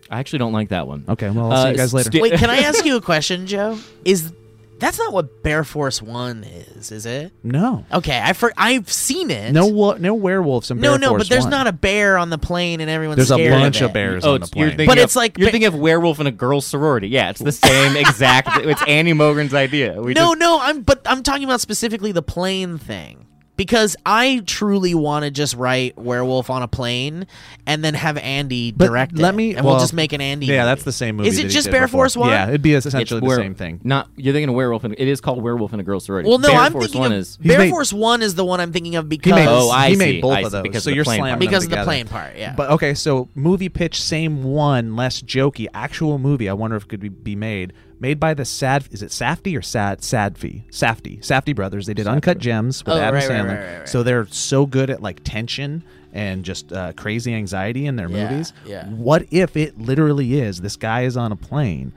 C: I actually don't like that one.
B: Okay. Well, I'll see
C: Uh,
B: you guys later.
C: sti-
A: Wait, can I ask you a question, Joe? Is that's not what Bear Force One is, is it?
B: no.
A: Okay, I for, I've seen it.
B: No. wa- No werewolves in
A: no,
B: Bear
A: no,
B: Force
A: but there's
B: One.
A: not a bear on the plane, and everyone's
B: There's a
A: scared
B: bunch
A: of,
B: of
A: it.
B: bears
C: Oh,
B: on the
C: it's, you're
B: plane.
C: thinking
A: But
C: of,
A: it's like-
C: you're thinking of werewolf and a girl sorority. Yeah, it's the same exact. it's Annie Mogren's idea. We
A: No,
C: just,
A: no, I'm but I'm talking about specifically the plane thing because I truly want to just write werewolf on a plane and then have Andy
B: But
A: direct
B: let
A: it,
B: me.
A: and
B: well,
A: we'll just make an Andy.
B: Yeah,
A: movie.
B: that's the same movie.
A: Is
B: that
A: it
B: he
A: just
B: did
A: Bear
B: before.
A: Force One?
B: Yeah, it'd be
C: it's
B: essentially the
C: were-
B: same thing.
C: Not you're thinking of werewolf and it is called werewolf and a girl sorority.
A: Well, no,
C: Bear
A: I'm
C: Force
A: thinking
C: One
A: of
C: is
B: He's
A: Bear
B: made-
A: Force One is the one I'm thinking of
B: He
A: because
B: made,
C: Oh, I
B: he
C: see,
B: made both
C: I
B: of
C: see,
B: those.
C: because
B: so
C: of the
B: you're
C: plane
B: slamming
C: part.
B: them
A: because of the
B: together.
A: plane part. Yeah,
B: But okay, so movie pitch, same one, less jokey, actual movie. I wonder if it could be, be made. Made by the Sad, is it Safty or Sad Sadfi? Safty, Safty brothers. They did Uncut Gems with
A: Oh,
B: Adam
A: right, right,
B: Sandler.
A: right, right, right.
B: So they're so good at like tension and just uh, crazy anxiety in their
A: Yeah,
B: movies.
A: yeah.
B: What if it literally is this guy is on a plane?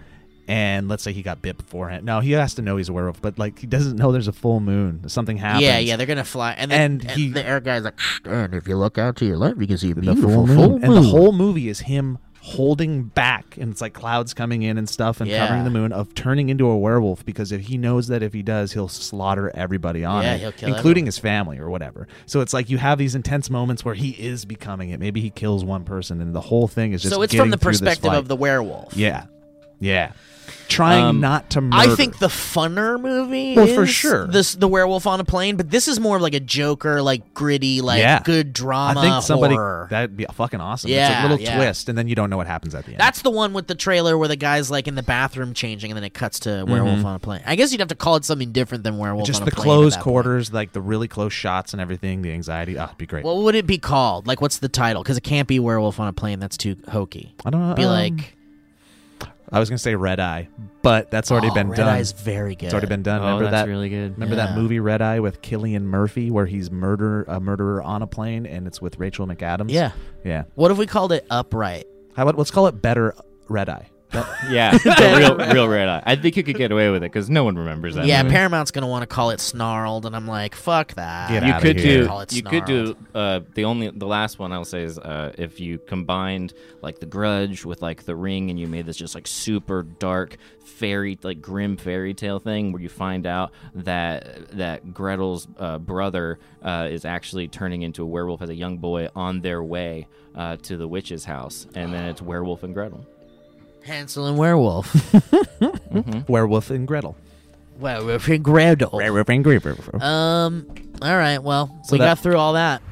B: And let's say he got bit beforehand. No, he has to know he's a werewolf, but like he doesn't know there's a full moon. Something happens.
A: yeah, yeah, they're gonna fly, and then
B: And
A: and
B: he-
A: the air guy's like, and if you look out to your left, you can see a
B: the
A: beautiful
B: full moon. And the whole movie is him holding back and it's like clouds coming in and stuff and
A: Yeah.
B: covering the moon of turning into a werewolf because if he knows that if he does he'll slaughter everybody on
A: Yeah,
B: it
A: he'll kill
B: including his family or whatever so it's like you have these intense moments where he is becoming it maybe he kills one person and the whole thing is just
A: so it's from
B: getting
A: the
B: through this
A: perspective of
B: fight.
A: the werewolf.
B: yeah yeah trying
C: Um,
B: not to murder
A: I think the funner movie
B: Well, for
A: is
B: sure.
A: this the werewolf on a plane, but this is more of like a Joker, like gritty, like
B: Yeah.
A: good
B: I
A: drama.
B: think somebody
A: horror.
B: that'd be fucking awesome it's
A: Yeah,
B: a little
A: yeah.
B: twist and then you don't know what happens at the end
A: that's the one with the trailer where the guy's like in the bathroom changing, and then it cuts to werewolf on a plane. I guess you'd have to call it something different than werewolf.
B: Mm-hmm. just
A: on
B: the
A: a plane at
B: close
A: that point.
B: quarters, like the really close shots and everything, the anxiety. Ah, it'd be great.
A: What would it be called? Like, what's the title? Because it can't be werewolf on a plane. That's too hokey.
B: I don't know.
A: Be
B: um,
A: like,
B: I was gonna say Red Eye, but that's already
A: oh,
B: been
A: Red
B: done.
A: Eye's very good.
B: It's already been done.
C: Oh,
B: remember
C: that's
B: that?
C: really good.
B: remember that
A: Yeah.
B: movie Red Eye with Killian Murphy, where he's murder a murderer on a plane, and it's with Rachel McAdams.
A: Yeah.
B: yeah.
A: What if we called it upright?
B: How about let's call it Better Red Eye.
C: yeah, a real, real red eye. I think you could get away with it because no one remembers that.
A: yeah,
C: movie.
A: Paramount's gonna want to call it snarled, and I'm like, fuck that.
B: Get
C: you
B: outta
C: could
B: here.
C: do
A: Call it
C: you could do
A: snarled.
C: uh, the only the last one I'll say is uh, if you combined like the Grudge with like the Ring and you made this just like super dark fairy like grim fairy tale thing where you find out that that Gretel's uh, brother uh, is actually turning into a werewolf as a young boy on their way uh, to the witch's house and then it's werewolf and Gretel.
A: Hansel and Werewolf. Hmm?
B: Werewolf and Gretel.
A: Werewolf and Gretel.
B: Werewolf and Gretel.
A: Um. All right. Well, we
B: that-
A: got through all that.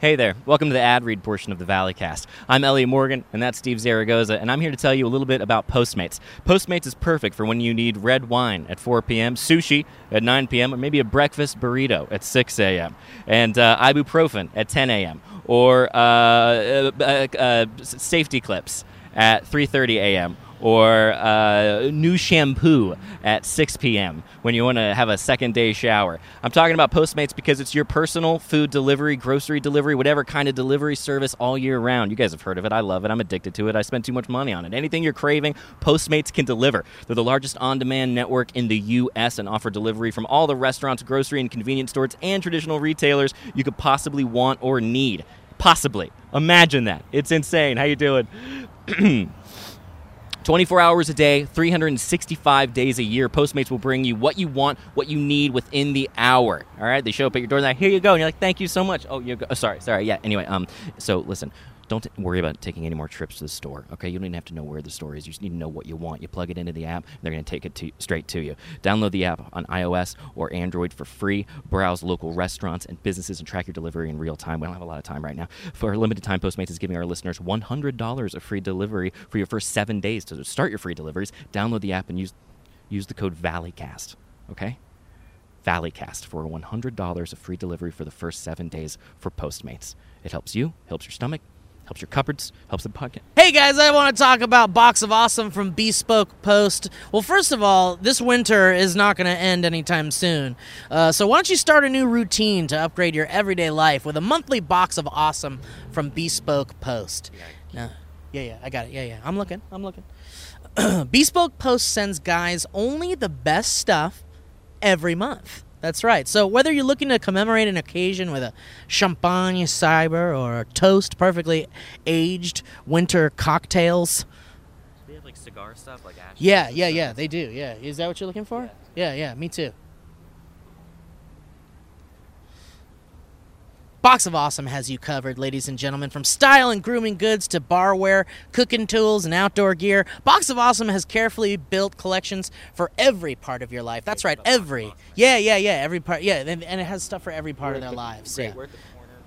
C: Hey there. Welcome to the ad read portion of the Valleycast. I'm Elliot Morgan, and that's Steve Zaragoza, and I'm here to tell you a little bit about Postmates. Postmates is perfect for when you need red wine at 4 p.m., sushi at 9 p.m., or maybe a breakfast burrito at 6 a.m., and uh, ibuprofen at 10 a.m., or uh, uh, uh, uh, s- safety clips at 3.30 a.m., or uh, new shampoo at 6 p.m. when you want to have a second day shower. I'm talking about Postmates because it's your personal food delivery, grocery delivery, whatever kind of delivery service all year round. You guys have heard of it. I love it. I'm addicted to it. I spend too much money on it. Anything you're craving, Postmates can deliver. They're the largest on demand network in the U.S. and offer delivery from all the restaurants, grocery, and convenience stores and traditional retailers you could possibly want or need. Possibly. Imagine that. It's insane. How you doing? 24 hours a day, 365 days a year, Postmates will bring you what you want, what you need within the hour. All right, they show up at your door and they're like, here you go, and you're like, thank you so much. Oh, you go- oh, sorry, sorry, yeah. Anyway, um, so listen, don't t- worry about taking any more trips to the store. Okay, you don't even have to know where the store is. You just need to know what you want. You plug it into the app, and they're gonna take it to, straight to you. Download the app on iOS or Android for free. Browse local restaurants and businesses and track your delivery in real time. We don't have a lot of time right now. For a limited time, Postmates is giving our listeners $100 of free delivery for your first seven days to start your free deliveries. Download the app and use use the code ValleyCast. Okay. Valleycast for $100 of free delivery for the first seven days for Postmates. It helps you, helps your stomach, helps your cupboards, helps the podcast.
A: Hey guys, I want to talk about Box of Awesome from Bespoke Post. Well, first of all, this winter is not going to end anytime soon. Uh, so, why don't you start a new routine to upgrade your everyday life with a monthly Box of Awesome from Bespoke Post? No. Yeah, yeah, I got it. Yeah, yeah. I'm looking. I'm looking. Bespoke Post sends guys only the best stuff every month. That's right. So whether you're looking to commemorate an occasion with a champagne cyber or a toast perfectly aged winter cocktails.
C: They have like cigar stuff, like ash.
A: Yeah, yeah, yeah, they do. Yeah. Is that what you're looking for? Yeah, yeah, me too. Box of Awesome has you covered, ladies and gentlemen. From style and grooming goods to barware, cooking tools, and outdoor gear, Box of Awesome has carefully built collections for every part of your life. That's right, every. Yeah, yeah, yeah, every part. Yeah, and, and it has stuff for every part of their lives. yeah.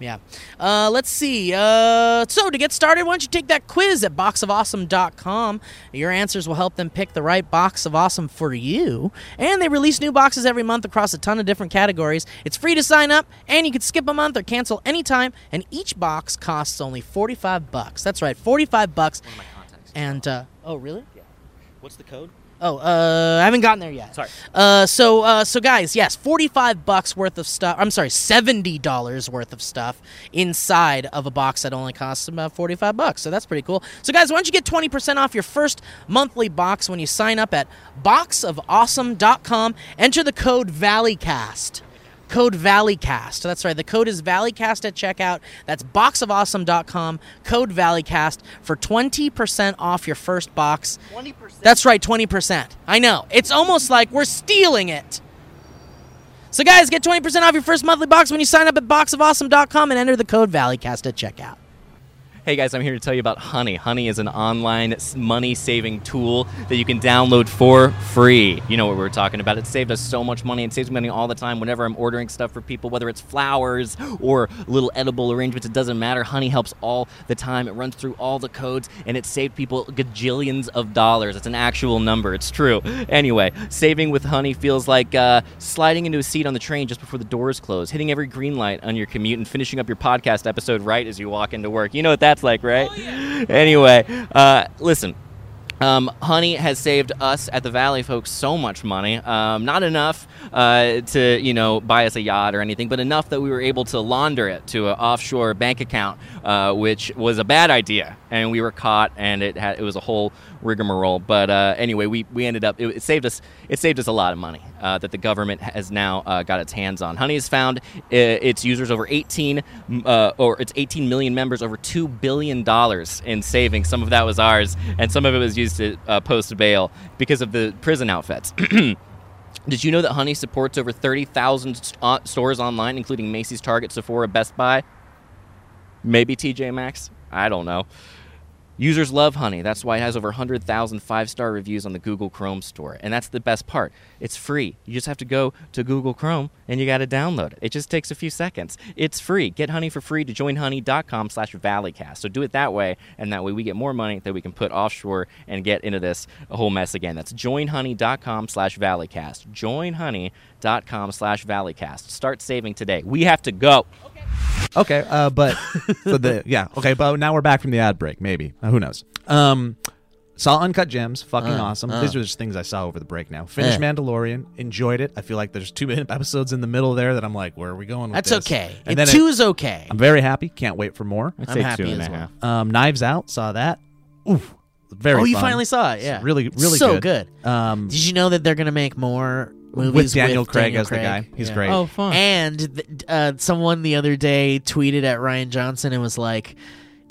A: Yeah. Uh, let's see. Uh, so, to get started, why don't you take that quiz at boxofawesome.com? Your answers will help them pick the right box of awesome for you. And they release new boxes every month across a ton of different categories. It's free to sign up, and you can skip a month or cancel anytime. And each box costs only 45 bucks. That's right, 45 bucks. And, uh, oh, really?
C: What's the code?
A: Oh, uh, I haven't gotten there yet.
C: Sorry.
A: Uh, so, uh, so guys, yes, forty-five bucks worth of stuff. I'm sorry, seventy dollars worth of stuff inside of a box that only costs about forty-five bucks. So that's pretty cool. So, guys, why don't you get twenty percent off your first monthly box when you sign up at boxofawesome.com? Enter the code ValleyCast. Code ValleyCast. That's right. The code is ValleyCast at checkout. That's boxofawesome.com. Code ValleyCast for 20% off your first box. 20%? That's right, 20%. I know. It's almost like we're stealing it. So, guys, get 20% off your first monthly box when you sign up at boxofawesome.com and enter the code ValleyCast at checkout.
C: Hey guys, I'm here to tell you about Honey. Honey is an online money saving tool that you can download for free. You know what we were talking about. It saved us so much money. It saves me money all the time whenever I'm ordering stuff for people, whether it's flowers or little edible arrangements. It doesn't matter. Honey helps all the time. It runs through all the codes and it saved people gajillions of dollars. It's an actual number. It's true. Anyway, saving with Honey feels like uh, sliding into a seat on the train just before the doors close, hitting every green light on your commute, and finishing up your podcast episode right as you walk into work. You know what that's like, right? Anyway, uh, listen. Um, honey has saved us at the Valley folks so much money. Um, not enough uh, to, you know, buy us a yacht or anything, but enough that we were able to launder it to an offshore bank account, uh, which was a bad idea. And we were caught, and it had it was a whole rigmarole. But uh, anyway, we, we ended up it, it saved us it saved us a lot of money uh, that the government has now uh, got its hands on. Honey has found uh, its users over 18 m- uh, or its 18 million members over two billion dollars in savings. Some of that was ours, and some of it was used to uh, post bail because of the prison outfits. Did you know that Honey supports over 30,000 st- uh, stores online, including Macy's, Target, Sephora, Best Buy? Maybe TJ Maxx? I don't know. Users love Honey. That's why it has over 100,000 five star reviews on the Google Chrome store. And that's the best part. It's free. You just have to go to Google Chrome and you got to download it. It just takes a few seconds. It's free. Get Honey for free to joinhoney.com slash valleycast. So do it that way. And that way we get more money that we can put offshore and get into this whole mess again. That's joinhoney.com slash valleycast. Joinhoney.com slash valleycast. Start saving today. We have to go.
B: Okay, uh, but so the yeah, okay, but now we're back from the ad break. Maybe Uh, who knows? Um, saw Uncut Gems, fucking awesome. These are just things I saw over the break. Now finished
A: Uh.
B: Mandalorian, enjoyed it. I feel like there's two minute episodes in the middle there that I'm like, where are we going? with
A: That's
B: this?
A: okay.
B: And
A: And
B: then
A: two
B: it-
A: is okay.
B: I'm very happy. Can't wait for more.
A: I'm happy as well.
B: Um, Knives Out, saw that. Oof, very.
A: Oh, you
B: fun.
A: finally saw it? Yeah,
B: really, really
A: so
B: good.
A: good.
B: Um,
A: Did you know that they're gonna make more movies
B: with Daniel Craig
A: Daniel
B: as the guy, he's
A: Yeah.
B: great.
C: Oh, fun.
A: And th- uh, someone the other day tweeted at Ryan Johnson and was like,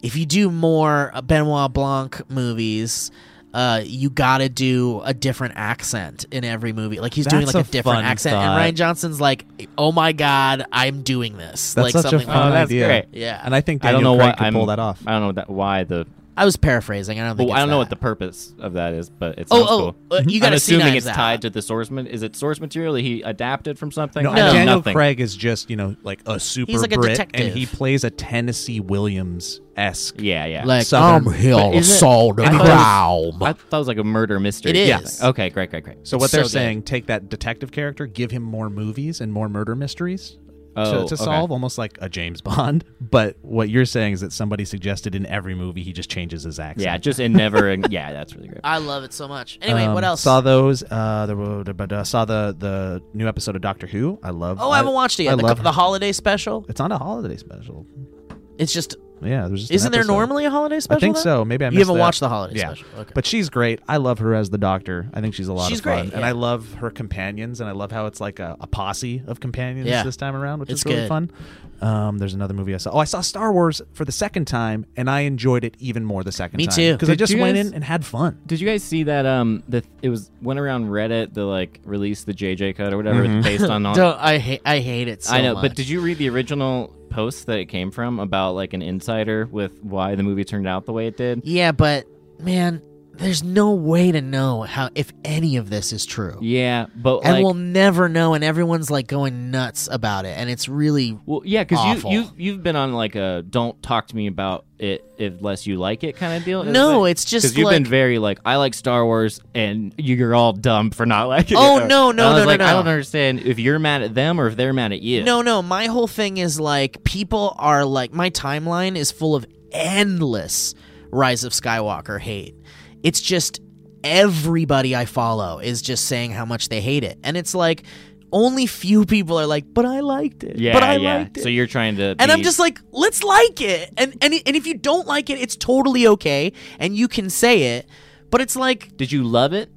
A: "If you do more uh, Benoit Blanc movies." Uh, you gotta do a different accent in every movie. Like he's doing
B: That's
A: like a,
B: a
A: different
B: fun
A: accent,
B: thought.
A: and Ryan Johnson's like, "Oh my god, I'm doing this!"
B: That's
A: like
B: such a
A: something.
B: fun
C: Oh, that's
B: idea.
C: great.
A: Yeah.
B: and I think
C: I
B: Daniel
C: don't know
B: Craig
C: why
B: could
C: I'm,
B: pull that off.
C: I don't know that why the
A: I was paraphrasing. I don't think.
C: Well,
A: it's
C: I don't know
A: that.
C: what the purpose of that is, but it's
A: Oh,
C: oh,
A: oh, uh, you
C: I'm
A: gotta see
C: assuming
A: Knives
C: it's
A: Out.
C: tied to the source. Ma- is it source material that he adapted from something?
B: No,
C: I know
B: Daniel
C: nothing.
B: Craig is just you know like a super
A: like a
B: Brit,
A: detective.
B: and he plays a Tennessee Williams esque.
C: Yeah, yeah.
A: like
B: Southern-
A: I'm here,
C: isn't it-
A: sold
C: I
A: and
C: thought it was-
A: ground.
C: I thought it was like a murder mystery.
A: It
C: Yeah.
A: is.
C: Okay, great, great, great.
B: So what
A: It's so
B: they're
A: good.
B: saying, take that detective character, give him more movies and more murder mysteries
C: Oh,
B: to, to
C: okay.
B: solve, almost like a James Bond. But what you're saying is that somebody suggested in every movie he just changes his accent.
C: Yeah, just and never. yeah, that's really great.
A: I love it so much. Anyway,
B: Um,
A: what else?
B: Saw those. Uh, the, the, the, the- saw the the new episode of Doctor Who. I love.
A: oh, I, haven't watched it yet.
B: I
A: the,
B: love
A: the holiday special.
B: It's not a holiday special.
A: It's just
B: Yeah, there's just an
A: isn't there
B: episode.
A: normally a holiday special?
B: I think
A: though?
B: so. Maybe I
A: You
B: missed
A: haven't
B: that.
A: watched the holiday
B: yeah.
A: special. Okay.
B: But she's great. I love her as the doctor. I think she's a lot
A: She's
B: of fun,
A: great,
B: and
A: yeah.
B: I love her companions, and I love how it's like a, a posse of companions
A: Yeah.
B: this time around, which
A: It's
B: is really
A: good.
B: fun. Um, there's another movie I saw. Oh, I saw Star Wars for the second time, and I enjoyed it even more the second
A: Me
B: time.
A: too.
B: Because I
C: Did
B: just
C: you
B: went
C: guys-
B: in and had fun.
C: Did you guys see that? Um, the it was went around Reddit. The like released the JJ cut or whatever it's based on. all-
A: Don't, I hate I hate it Mm-hmm. so
C: I know,
A: much.
C: but did you read the original post that it came from about like an insider with why the movie turned out the way it did?
A: Yeah, but man, there's no way to know how if any of this is true.
C: Yeah, but
A: And
C: like,
A: we'll never know, and everyone's like going nuts about it, and it's really
C: Well, yeah, because
A: Awful.
C: you you you've been on like a don't talk to me about it unless you like it kind of deal.
A: no, it's just
C: because you've
A: like
C: been very like I like Star Wars and you're all dumb for not liking
A: Oh,
C: it.
A: no,
C: And
A: no,
C: I was
A: no, no,
C: like, I
A: no.
C: don't understand if you're mad at them or if they're mad at you.
A: No, no. My whole thing is like people are like my timeline is full of endless Rise of Skywalker hate. It's just everybody I follow is just saying how much they hate it, and it's like only few people are like, "But I liked it."
C: yeah,
A: but I
C: yeah.
A: liked it.
C: So you're trying to,
A: and I'm
C: be-
A: just like, let's like it, and and and if you don't like it, it's totally okay, and you can say it. But it's like,
C: did you love it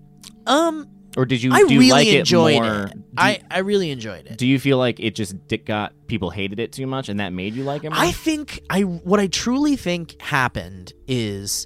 A: um,
C: or did you
A: I
C: do you
A: really
C: like
A: enjoyed
C: it
A: it.
C: more? Do,
A: I I really enjoyed it.
C: do you feel like it just di- got people hated it too much and that made you like it? More?
A: I think I what I truly think happened is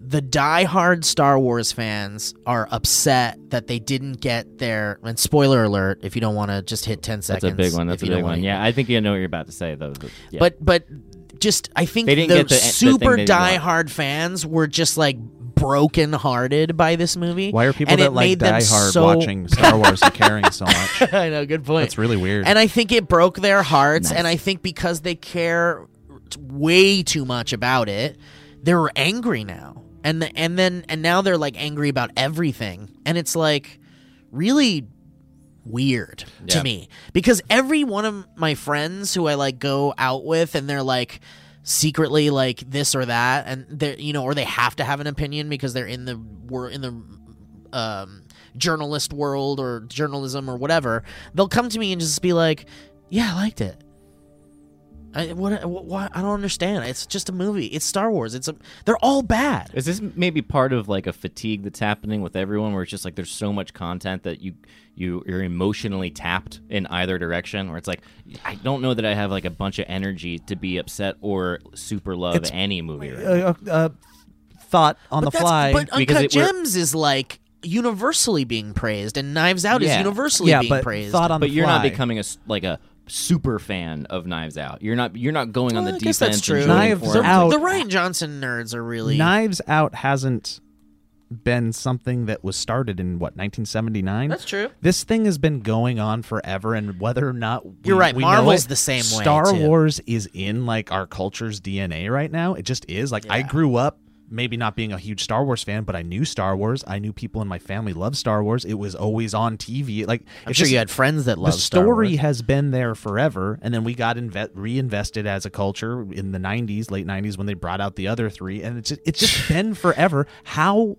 A: the diehard Star Wars fans are upset that they didn't get their and spoiler alert if you don't want to just hit 10
C: that's
A: seconds.
C: a big one. That's
A: if you
C: a
A: don't
C: big one.
A: wanna-
C: Yeah, I think you know what you're about to say though. but- yeah.
A: But but just I think
C: They didn't
A: the
C: get the- the thing
A: super
C: they didn't want.
A: diehard fans were just like broken hearted by this movie.
B: Why are people
A: and it
B: that like
A: made them
B: Die Hard
A: so-
B: watching Star Wars and caring so much?
A: I know, good point.
B: That's really weird.
A: And I think it broke their hearts. And I think because they care t- way too much about it, they're angry now. And the, and then and now they're like angry about everything. And it's like really weird to
C: Yeah.
A: me because every one of my friends who I like go out with and they're like secretly like this or that and they you know or they have to have an opinion because they're in the were in the um, journalist world or journalism or whatever, they'll come to me and just be like, "Yeah, I liked it." I, what, what, I don't understand. It's just a movie. It's Star Wars. It's a, they're all bad.
C: Is this maybe part of like a fatigue that's happening with everyone, where it's just like there's so much content that you you you're emotionally tapped in either direction, where it's like I don't know that I have like a bunch of energy to be upset or super love any movie. Right now.
B: Uh, uh, uh, thought on the
A: That's-
B: fly.
A: But
C: because
A: Uncut
C: it- we're-
A: Gems is like universally being praised, and Knives Out is
C: Yeah.
A: universally
B: yeah,
A: being
B: but
A: praised.
B: thought on
C: but
B: the
C: you're not
B: fly.
C: becoming a s- like a super fan of Knives Out. You're not you're not going on
A: Well,
C: the
A: I guess that's
C: defense. and
A: true.
C: shooting
B: Knives
C: for it.
B: Out-
A: the Ryan Johnson nerds are really
B: Knives Out hasn't been something that was started in what 1979.
A: That's true.
B: This thing has been going on forever, and whether or not we,
A: You're right,
B: we know
A: Marvel's
B: it,
A: the same way,
B: Star
A: too.
B: Wars is in like our culture's DNA right now. It just is. Like I grew up. Maybe not being a huge Star Wars fan, but I knew Star Wars. I knew people in my family loved Star Wars. It was always on TV. Like
A: I'm
B: it's
A: sure
B: just-
A: you had friends that
B: the
A: loved Star
B: story
A: Wars.
B: has been there forever and then we got inve- reinvested as a culture in the 90s late 90s when they brought out the other three and it's just, it's just been forever how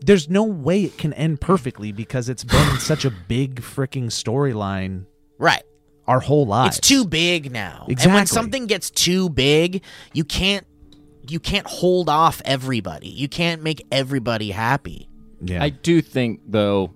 B: there's no way it can end perfectly because it's been such a big freaking storyline
A: right.
B: our whole lives
A: It's too big now. And
B: Exactly.
A: when something gets too big, you can't you can't hold off everybody. You can't make everybody happy.
B: yeah
C: I do think though,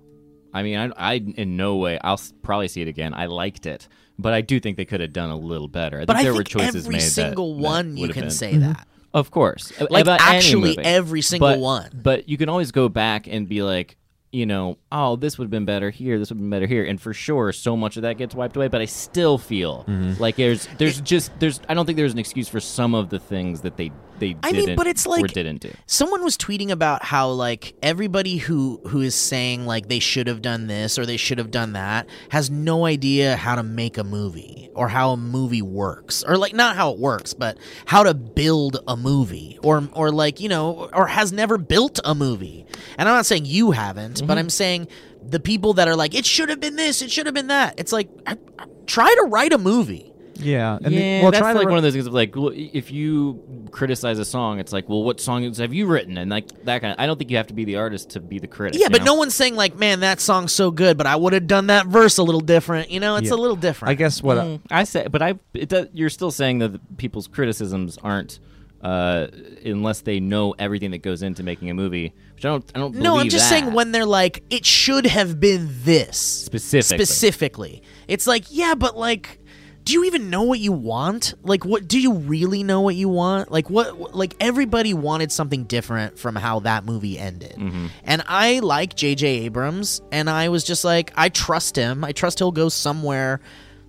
C: I mean, I, I in no way I'll s- probably see it again. I liked it, but I do think they could have done a little better. I think
A: But I
C: there were
A: think
C: choices
A: every
C: made that-
A: single
C: that
A: one you
C: would've
A: can
C: been-
A: say that.
C: of course, A-
A: Like,
C: about any
A: actually
C: movie.
A: every single
C: But-
A: one.
C: But you can always go back and be like. You know, oh, this would have been better here. This would have been better here, and for sure, so much of that gets wiped away. But I still feel
B: Mm-hmm.
C: like there's, there's just, there's. I don't think there's an excuse for some of the things that they, they.
A: I mean,
C: didn't
A: but it's
C: or
A: like-
C: didn't do.
A: someone was tweeting about how like everybody who who is saying like they should have done this or they should have done that has no idea how to make a movie or how a movie works or like not how it works but how to build a movie or or like you know or has never built a movie and i'm not saying you haven't but i'm saying the people that are like it should have been this it should have been that it's like I, I, try to write a movie
B: yeah and the-
C: yeah,
B: well, try
C: that's
B: to
C: like
B: re-
C: one of those things of like, well, if you criticize a song, it's like, well, what songs have you written? And like that kind of. I don't think you have to be the artist to be the critic.
A: yeah
C: you
A: but no
C: know?
A: one's saying like man that song's so good but i would have done that verse a little different you know it's
B: Yeah.
A: a little different
B: i guess what uh,
C: Mm, I say, but I it does, you're still saying that the people's criticisms aren't uh, unless they know everything that goes into making a movie, which I don't. I don't.
A: No, I'm
C: believe
A: just
C: that.
A: saying when they're like, it should have been this
C: Specifically.
A: Specifically, it's like, yeah, but like, do you even know what you want? Like, what do you really know what you want? Like, what? Like, everybody wanted something different from how that movie ended,
C: Mm-hmm.
A: and I like J.J. Abrams, and I was just like, I trust him. I trust he'll go somewhere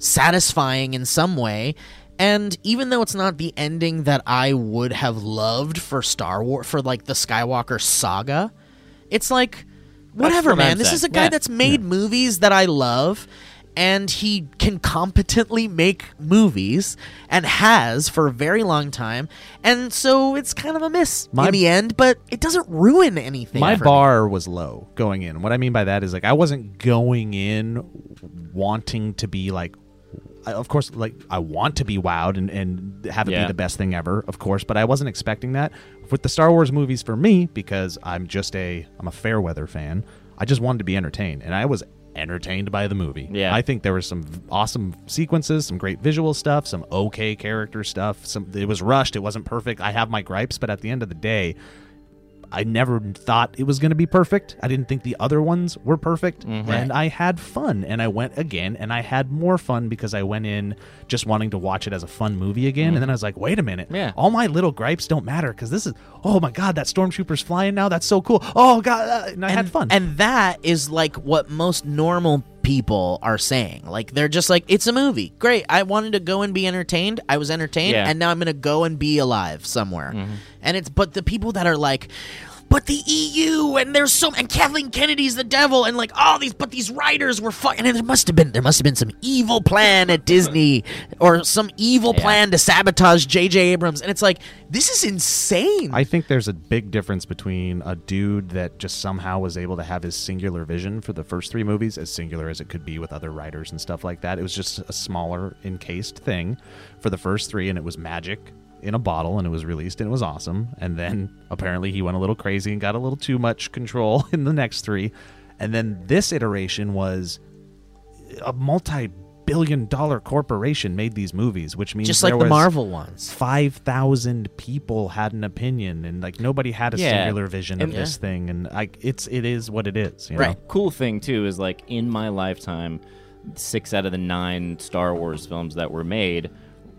A: satisfying in some way. And even though it's not the ending that I would have loved for Star Wars, for like the Skywalker saga, it's like whatever
C: what
A: man
C: I'm
A: this
C: saying.
A: is a guy
C: Yeah.
A: that's made movies that i love and he can competently make movies and has for a very long time and so it's kind of a miss
B: My-
A: in the end but it doesn't ruin anything
B: my
A: for me.
B: bar was low going in. What I mean by that is like I wasn't going in wanting to be like I, of course like I want to be wowed and and have it
C: Yeah.
B: be the best thing ever, of course, but I wasn't expecting that. With the Star Wars movies for me because I'm just a I'm a fair weather fan. I just wanted to be entertained and I was entertained by the movie.
C: Yeah.
B: I think there were some v- awesome sequences, some great visual stuff, some okay character stuff. Some it was rushed, it wasn't perfect. I have my gripes, but at the end of the day, I never thought it was going to be perfect. I didn't think the other ones were perfect. And I had fun. And I went again and I had more fun because I went in just wanting to watch it as a fun movie again. And then I was like, wait a minute.
C: Yeah.
B: All my little gripes don't matter because this is, oh my God, that stormtrooper's flying now. That's so cool. Oh, God. uh," and I had fun.
A: And that is like what most normal people are saying. Like they're just like, it's a movie. Great. I wanted to go and be entertained. I was entertained,
C: Yeah.
A: and now I'm gonna go and be alive somewhere.
B: Mm-hmm.
A: And it's but the people that are like but the EU and there's so and Kathleen Kennedy's the devil and like all these but these writers were fucking and there must have been there must have been some evil plan at Disney or some evil plan to sabotage JJ Abrams and it's like this is insane.
B: I think there's a big difference between a dude that just somehow was able to have his singular vision for the first three movies, as singular as it could be with other writers and stuff like that. It was just a smaller, encased thing for the first three, and it was magic in a bottle, and it was released, and it was awesome. And then apparently he went a little crazy and got a little too much control in the next three. And then this iteration was a multi billion dollar corporation made these movies, which means
A: just like
B: there
A: the
B: was
A: Marvel ones.
B: Five thousand people had an opinion, and like nobody had a
C: Yeah.
B: singular vision of
C: And-
B: this thing, and like it's it is what it is, you
A: Right.
B: know?
C: cool thing too is like in my lifetime, six out of the nine Star Wars films that were made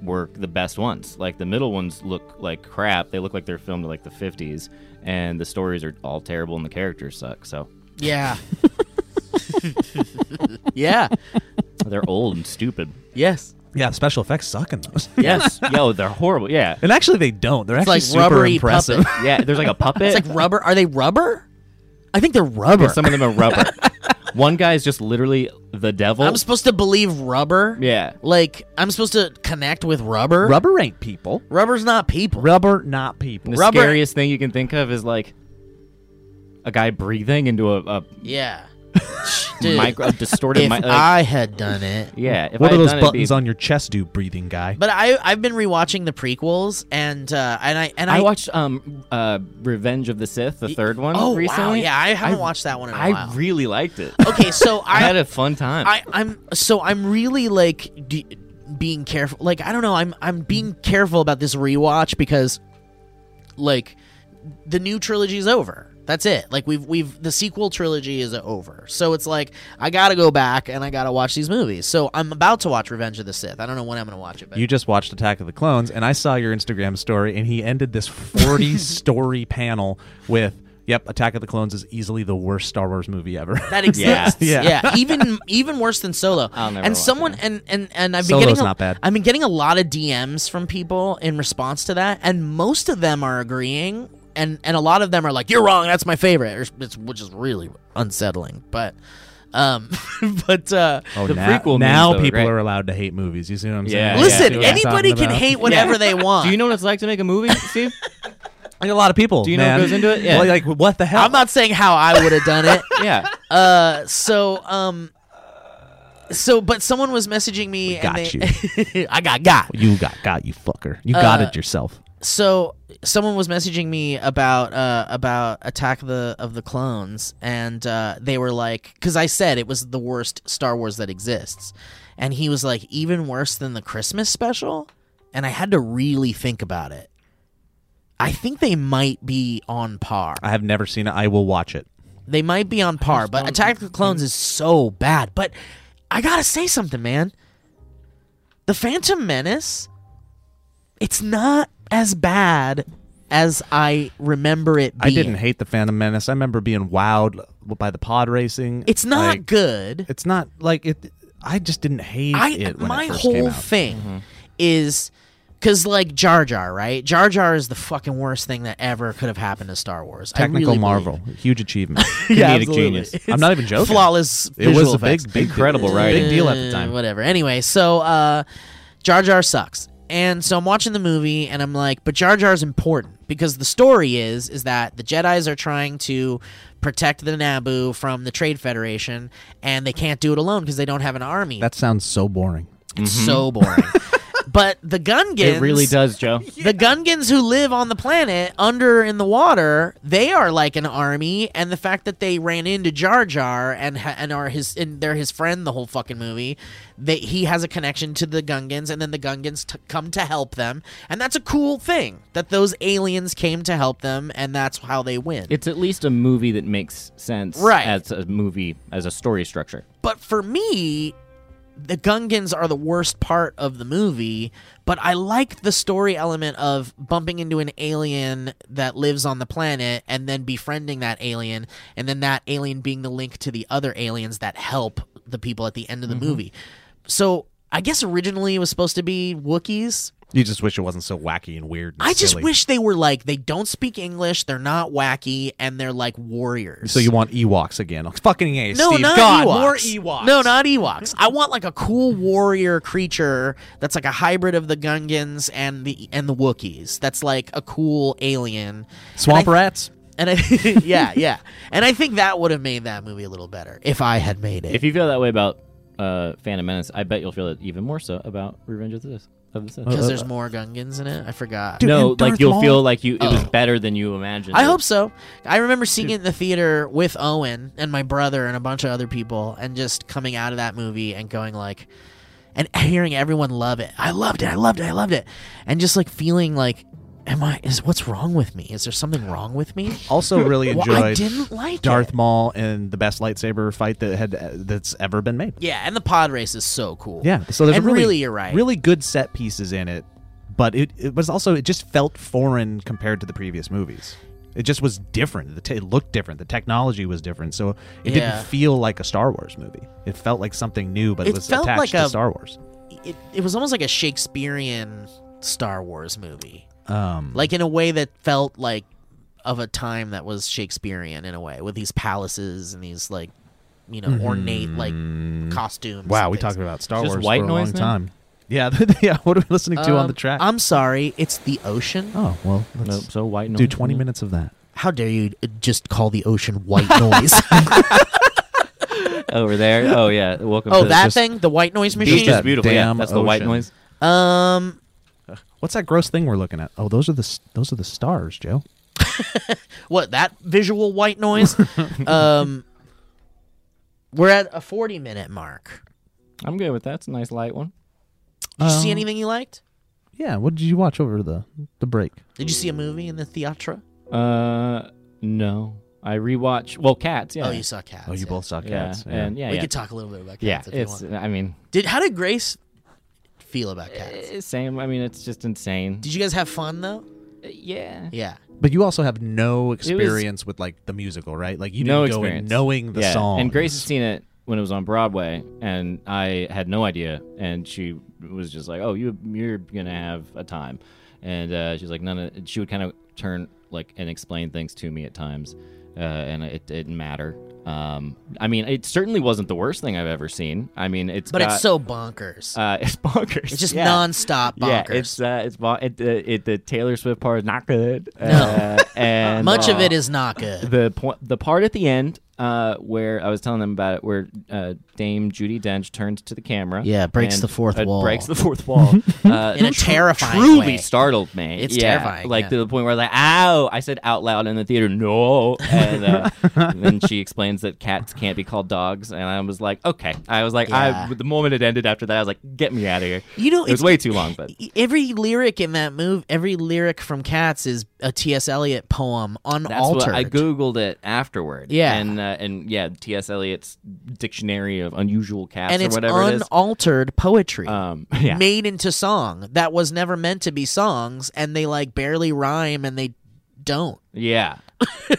C: were the best ones. Like the middle ones look like crap. They look like they're filmed in like the fifties, and the stories are all terrible, and the characters suck. So
A: Yeah. yeah.
C: they're old and stupid.
A: Yes.
B: Yeah, special effects suck in those,
A: Yes.
C: Yo, they're horrible. Yeah,
B: and actually they don't. They're
A: It's
B: actually
A: like
B: super
A: rubbery
B: impressive.
A: puppet.
C: yeah. There's like a puppet.
A: It's like rubber. Are they rubber? I think they're rubber.
C: Yeah, some of them are rubber. One guy is just literally the devil.
A: I'm supposed to believe rubber.
C: yeah.
A: Like I'm supposed to connect with rubber.
B: Rubber ain't people.
A: Rubber's not people.
B: Rubber not people.
C: The
A: Rubber-
C: scariest thing you can think of is like a guy breathing into a, a
A: yeah. Dude,
C: micro a distorted
A: if
C: mic. like,
A: I had done it.
C: yeah. If
B: what
C: I
B: do
C: had
B: those
C: done it, it'd be-
B: buttons on your chest do, breathing guy?
A: But I I've been rewatching the prequels and uh, and I and I,
C: I watched um uh Revenge of the Sith, the third one,
A: Oh wow,
C: recently.
A: yeah, I haven't
C: I-
A: watched that one in a
C: I
A: while.
C: really liked it.
A: okay, so
C: I had
A: I,
C: a fun time.
A: I I'm so I'm really like d- being careful. Like I don't know, I'm I'm being careful about this rewatch because like the new trilogy is over. That's it. Like we've we've the sequel trilogy is over. So it's like I got to go back and I got to watch these movies. So I'm about to watch Revenge of the Sith. I don't know when I'm going to watch it, but
B: You just watched Attack of the Clones, and I saw your Instagram story, and he ended this 40 story panel with, Yep, Attack of the Clones is easily the worst Star Wars movie ever.
A: that exists.
B: Yeah.
A: Yeah.
B: Yeah.
A: Even even worse than Solo.
C: I'll never
A: and
C: watch
A: someone
C: it.
A: and and and I've been
B: Solo's
A: getting a,
B: not bad.
A: I've been getting a lot of DMs from people in response to that, and most of them are agreeing, and and a lot of them are like, "You're wrong. That's my favorite," or, it's, which is really unsettling. But um, but uh,
B: oh,
C: The
B: now,
C: prequel memes,
B: now
C: though,
B: people
C: right?
B: are allowed to hate movies. You see what I'm
C: Yeah,
B: saying?
A: listen,
B: See
C: yeah.
B: what I'm
A: anybody
B: talking
A: can
B: about?
A: hate whatever
C: Yeah.
A: they want.
C: Do you know what it's like to make a movie, Steve?
B: Like, a lot of people.
C: Do you know
B: man.
C: what goes into it? Yeah.
B: Like, like, what the hell?
A: I'm not saying how I would have done it.
C: yeah.
A: Uh, so um, so but someone was messaging me.
B: got
A: and they, you. I got got.
B: you got Uh, got you fucker. You got it yourself.
A: so someone was messaging me about uh, about Attack of the of the Clones, and uh, they were like, because I said it was the worst Star Wars that exists, and he was like, even worse than the Christmas special, and I had to really think about it. I think they might be on par.
B: I have never seen it. I will watch it.
A: They might be on par, but Attack of the Clones is so bad. But I gotta say something, man. The Phantom Menace, it's not as bad as I remember it
B: I
A: being.
B: didn't hate the Phantom Menace. I remember being wowed by the pod racing.
A: It's not
B: Like,
A: good.
B: It's not like it. I just didn't hate
A: I
B: it. When
A: my
B: it first
A: whole
B: came out. Mm-hmm.
A: thing is because like Jar Jar, right? Jar Jar is the fucking worst thing that ever could have happened to Star Wars. I
B: technical
A: really
B: marvel,
A: believe.
B: huge achievement.
A: Yeah,
B: Comedic
A: absolutely.
B: genius. I'm not even joking.
A: Flawless.
B: It was
A: visual
B: a big,
A: effects.
B: big
C: Incredible
B: deal,
C: writing.
B: Big deal at the
A: Uh,
B: time.
A: Whatever. Anyway, so uh, Jar Jar sucks, and so I'm watching the movie, and I'm like, but Jar Jar's important because the story is is that the Jedi's are trying to protect the Naboo from the Trade Federation, and they can't do it alone because they don't have an army.
B: That sounds so boring.
A: It's
B: Mm-hmm.
A: so boring. but the Gungans,
C: It really does, Joe.
A: the Gungans who live on the planet under in the water, they are like an army, and the fact that they ran into Jar Jar and ha- and are his and they're his friend the whole fucking movie, that he has a connection to the Gungans, and then the Gungans t- come to help them, and that's a cool thing that those aliens came to help them, and that's how they win.
C: It's at least a movie that makes sense
A: Right.
C: as a movie, as a story structure.
A: but for me the gungans are the worst part of the movie but i like the story element of bumping into an alien that lives on the planet and then befriending that alien and then that alien being the link to the other aliens that help the people at the end of
B: Mm-hmm.
A: the movie so i guess originally it was supposed to be wookiees
B: You just wish it wasn't so wacky and weird. and
A: i just
B: silly.
A: wish they were like they don't speak english they're not wacky and they're like warriors
B: So you want Ewoks again? Oh, fucking a
A: no,
B: Steve.
A: not
B: God,
A: Ewoks.
B: more Ewoks.
A: No, not Ewoks. I want like a cool warrior creature that's like a hybrid of the Gungans and the and the Wookiees. That's like a cool alien.
B: swamp
A: And I-
B: rats.
A: And I, yeah, yeah. And I think that would have made that movie a little better if I had made it.
C: If you feel that way about uh, Phantom Menace, I bet you'll feel it even more so about Revenge of the Sith. Of the Sith.
A: because there's more Gungans in it. I forgot.
B: Dude,
C: no,
B: and
C: like
B: Darth
C: you'll
B: Maul.
C: feel like you it was better than you imagined.
A: I
C: it.
A: hope so. I remember seeing it in the theater with Owen and my brother and a bunch of other people, and just coming out of that movie and going like, and hearing everyone love it. I loved it. I loved it. I loved it. And just like feeling like, am I? Is what's wrong with me? Is there something wrong with me?
B: Also, really
A: Well,
B: enjoyed
A: I didn't like
B: Darth
A: it.
B: Maul and the best lightsaber fight that had that's ever been made.
A: Yeah, and the pod race is so cool.
B: Yeah, so there's
A: and
B: really,
A: you're right.
B: Really good set pieces in it, but it, it was also it just felt foreign compared to the previous movies. It just was different. The t- it looked different. The technology was different, so
A: Yeah.
B: it didn't feel like a Star Wars movie. It felt like something new, but it,
A: It
B: was
A: felt
B: attached
A: like
B: to
A: a-
B: Star Wars.
A: it, it was almost like a Shakespearean Star Wars movie,
B: Um,
A: like in a way that felt like of a time that was Shakespearean in a way, with these palaces and these like, you know, ornate like costumes.
B: Mm-hmm. wow,
A: and
B: we
A: things.
B: talked about Star
C: Just
B: Wars
C: white
B: for a
C: noise
B: long
C: now?
B: time. Yeah, yeah. What are we listening to on
A: Um,
B: the track?
A: I'm sorry, it's the ocean.
B: oh well, let's
C: Nope, so white noise.
B: do 20 minutes of that.
A: How dare you uh, just call the ocean white noise?
C: over there. Oh yeah, welcome.
A: oh,
C: to
A: that
C: just-
A: thing, the white noise
C: Beach
A: machine.
C: is
B: That
C: beautiful. Yeah,
B: damn
C: that's the white
B: ocean.
C: noise.
A: Um,
B: What's that gross thing we're looking at? Oh, those are the s- those are the stars, Joe.
A: what that visual white noise? um, we're at a 40 minute mark.
C: I'm good with that. It's a nice light one.
A: Did you see
B: Um,
A: anything you liked?
B: Yeah, what did you watch over the the break?
A: Did you see a movie in the theatre?
C: Uh, no, I rewatch. Well, cats. Yeah.
A: Oh, you saw Cats. yeah.
B: saw
C: yeah, and yeah,
A: We
C: yeah.
A: could talk a little bit about Cats
C: yeah,
A: if you
C: it's.
A: want.
C: I mean,
A: Did how did Grace feel about Cats?
C: it's same. I mean, it's just insane.
A: Did you guys have fun though?
C: Uh, yeah.
A: Yeah.
B: But you also have no
C: was-
B: experience with like the musical, right? Like you didn't
C: no
B: go in
C: experience
B: knowing the
C: yeah.
B: song.
C: And Grace had seen it when it was on Broadway, and I had no idea. And she was just like, "Oh, you you're gonna have a time," and uh, she's like, "None of." She would kind of turn like and explain things to me at times, uh, and it didn't matter. Um, I mean, it certainly wasn't the worst thing I've ever seen. I mean, it's
A: But
C: got-
A: it's so bonkers.
C: uh, it's bonkers.
A: it's just
C: yeah.
A: nonstop
C: Yeah,
A: bonkers.
C: it's uh, it's bon- it, uh, it the Taylor Swift part is not good. Uh, and
A: Much of
C: uh,
A: it is not good.
C: the point the part at the end uh, where I was telling them about it, where uh, Dame Judy Dench turns to the camera,
A: Yeah, breaks
C: and-
A: the fourth
C: uh,
A: wall.
C: breaks the fourth wall uh,
A: In a
C: tru-
A: terrifying
C: truly
A: way.
C: startled me.
A: It's
C: Yeah,
A: terrifying,
C: like
A: yeah.
C: to the point where I was like, "Ow!" I said out loud in the theater, "No!" And uh, then she explains that cats can't be called dogs, and I was like, "Okay." I was like,
A: Yeah.
C: I, the moment it ended after that, I was like, "Get me out of here!"
A: You know,
C: it was
A: it's-
C: way too long, but
A: E- Every lyric in that move, every lyric from Cats is a T.S. Eliot poem
C: That's
A: unaltered.
C: what I googled it afterward.
A: Yeah.
C: and uh, and yeah, T.S. Eliot's Dictionary of Unusual Cats
A: and
C: or
A: it's
C: whatever it is.
A: unaltered poetry.
C: Um, yeah,
A: made into song that was never meant to be songs and they like barely rhyme and they don't
C: yeah,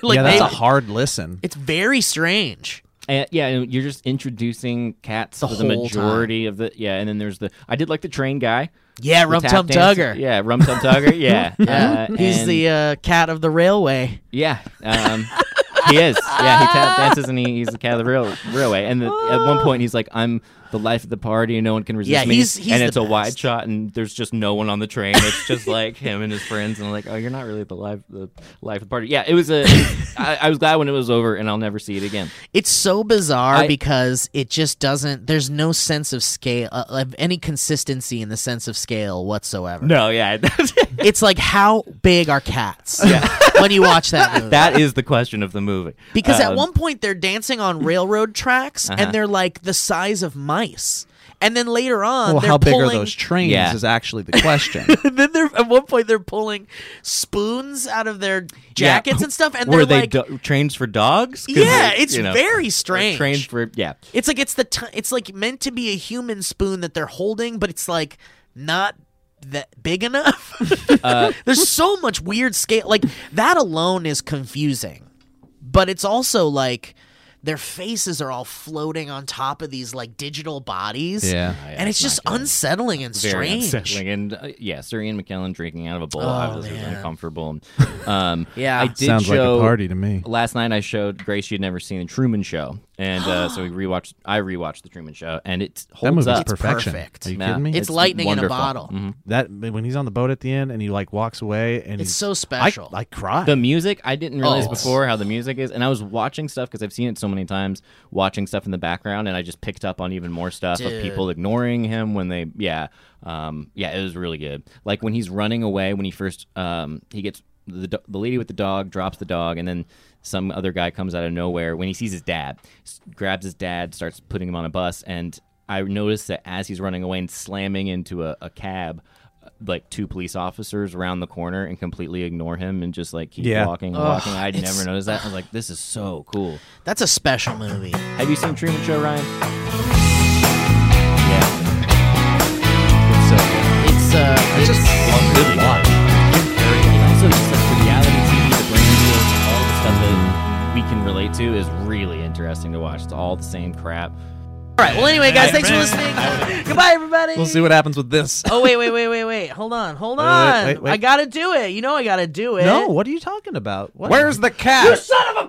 A: like
B: yeah,
A: they,
B: that's a hard listen.
A: it's very strange
C: and, yeah. And you're just introducing cats
A: The
C: for the
A: whole
C: majority of the yeah. And then there's the I did like the train guy,
A: yeah
C: the
A: rum
C: tap
A: tum
C: dancer.
A: tugger
C: Yeah, Rum Tum Tugger. Yeah,
A: Yeah.
C: Uh,
A: he's
C: and-
A: the uh, cat of the railway
C: yeah. Um, he is. Yeah, he tap dances and he, he's the cat of the rail, railway. And the, at one point, he's like, "I'm the life of the party, and no one can resist
A: Yeah,
C: me."
A: he's- he's
C: and
A: the
C: it's a wide
A: best.
C: shot, and there's just no one on the train. It's just like him and his friends, and I'm like, "Oh, you're not really the life, the life of the party." Yeah, it was a. I, I was glad when it was over, and I'll never see it again.
A: it's so bizarre
C: I-
A: because it just doesn't there's no sense of scale uh, of any consistency in the sense of scale whatsoever
C: No, yeah, that's it.
A: it's like how big are cats when you watch that movie
C: that is the question of the movie.
A: Because at
C: Um,
A: one point they're dancing on railroad tracks
C: Uh-huh.
A: and they're like the size of mice. And then later on,
B: well,
A: they're
B: how big
A: pulling,
B: are those trains
C: Yeah.
B: is actually the question.
A: And then they're at one point they're pulling spoons out of their
C: yeah.
A: jackets and stuff, and
C: were
A: they're
C: they
A: like,
C: do- trains for dogs? 'Cause
A: yeah,
C: they-
A: it's
C: you know,
A: very
C: they're
A: strange.
C: Trains for yeah.
A: It's like it's the t- it's like meant to be a human spoon that they're holding, but it's like not that big enough. There's so much weird scale. Like that alone is confusing, but it's also like their faces are all floating on top of these like digital bodies.
B: Yeah.
A: and it's just unsettling and
C: very
A: strange.
C: unsettling. And uh, yeah, Sir Ian McKellen drinking out of a bowl
A: Oh,
C: obviously was
A: man.
C: uncomfortable. Um,
A: Yeah.
C: I did
B: Sounds like
C: show,
B: a party to me.
C: Last night I showed Grace she had never seen the Truman Show, and uh, so we rewatched. I rewatched the Truman Show, and it
B: That
C: holds
B: movie's
C: up.
B: perfection.
A: perfect.
B: Are you
C: Yeah.
B: kidding me?
A: It's, lightning
C: wonderful. Mm-hmm.
A: in a bottle.
B: that when he's on the boat at the end and he like walks away and
A: It's
B: he's-
A: so special.
B: I, I cry.
C: The music, I didn't realize
A: Oh.
C: before how the music is, and I was watching stuff because I've seen it so many times, watching stuff in the background, and I just picked up on even more stuff
A: Dude.
C: of people ignoring him when they, yeah, um, yeah, it was really good. Like when he's running away, when he first, um, he gets the do- the lady with the dog drops the dog, and then some other guy comes out of nowhere when he sees his dad, s- grabs his dad, starts putting him on a bus, and I noticed that as he's running away and slamming into a, a cab, uh, like two police officers around the corner and completely ignore him and just like keep
B: Yeah.
C: walking and
A: Ugh,
C: walking. I'd never
A: it's-
C: noticed that. I was like, this is so cool.
A: That's a special movie.
C: Have you seen Truman Show, Ryan?
B: It's, uh,
A: It's uh,
B: it's just one good watch.
C: It also just like the reality TV, the brain deals, all the stuff that we can relate to is really interesting to watch. It's all the same crap.
A: All right. Well, anyway, guys, thanks for listening. Goodbye, everybody.
B: We'll see what happens with this.
A: Oh wait, wait, wait, wait, wait. Hold on, hold
B: wait,
A: on.
B: wait, wait.
A: I gotta do it. You know I gotta do it.
B: No, what are you talking about? What?
A: Where's
B: the cat?
E: Son of a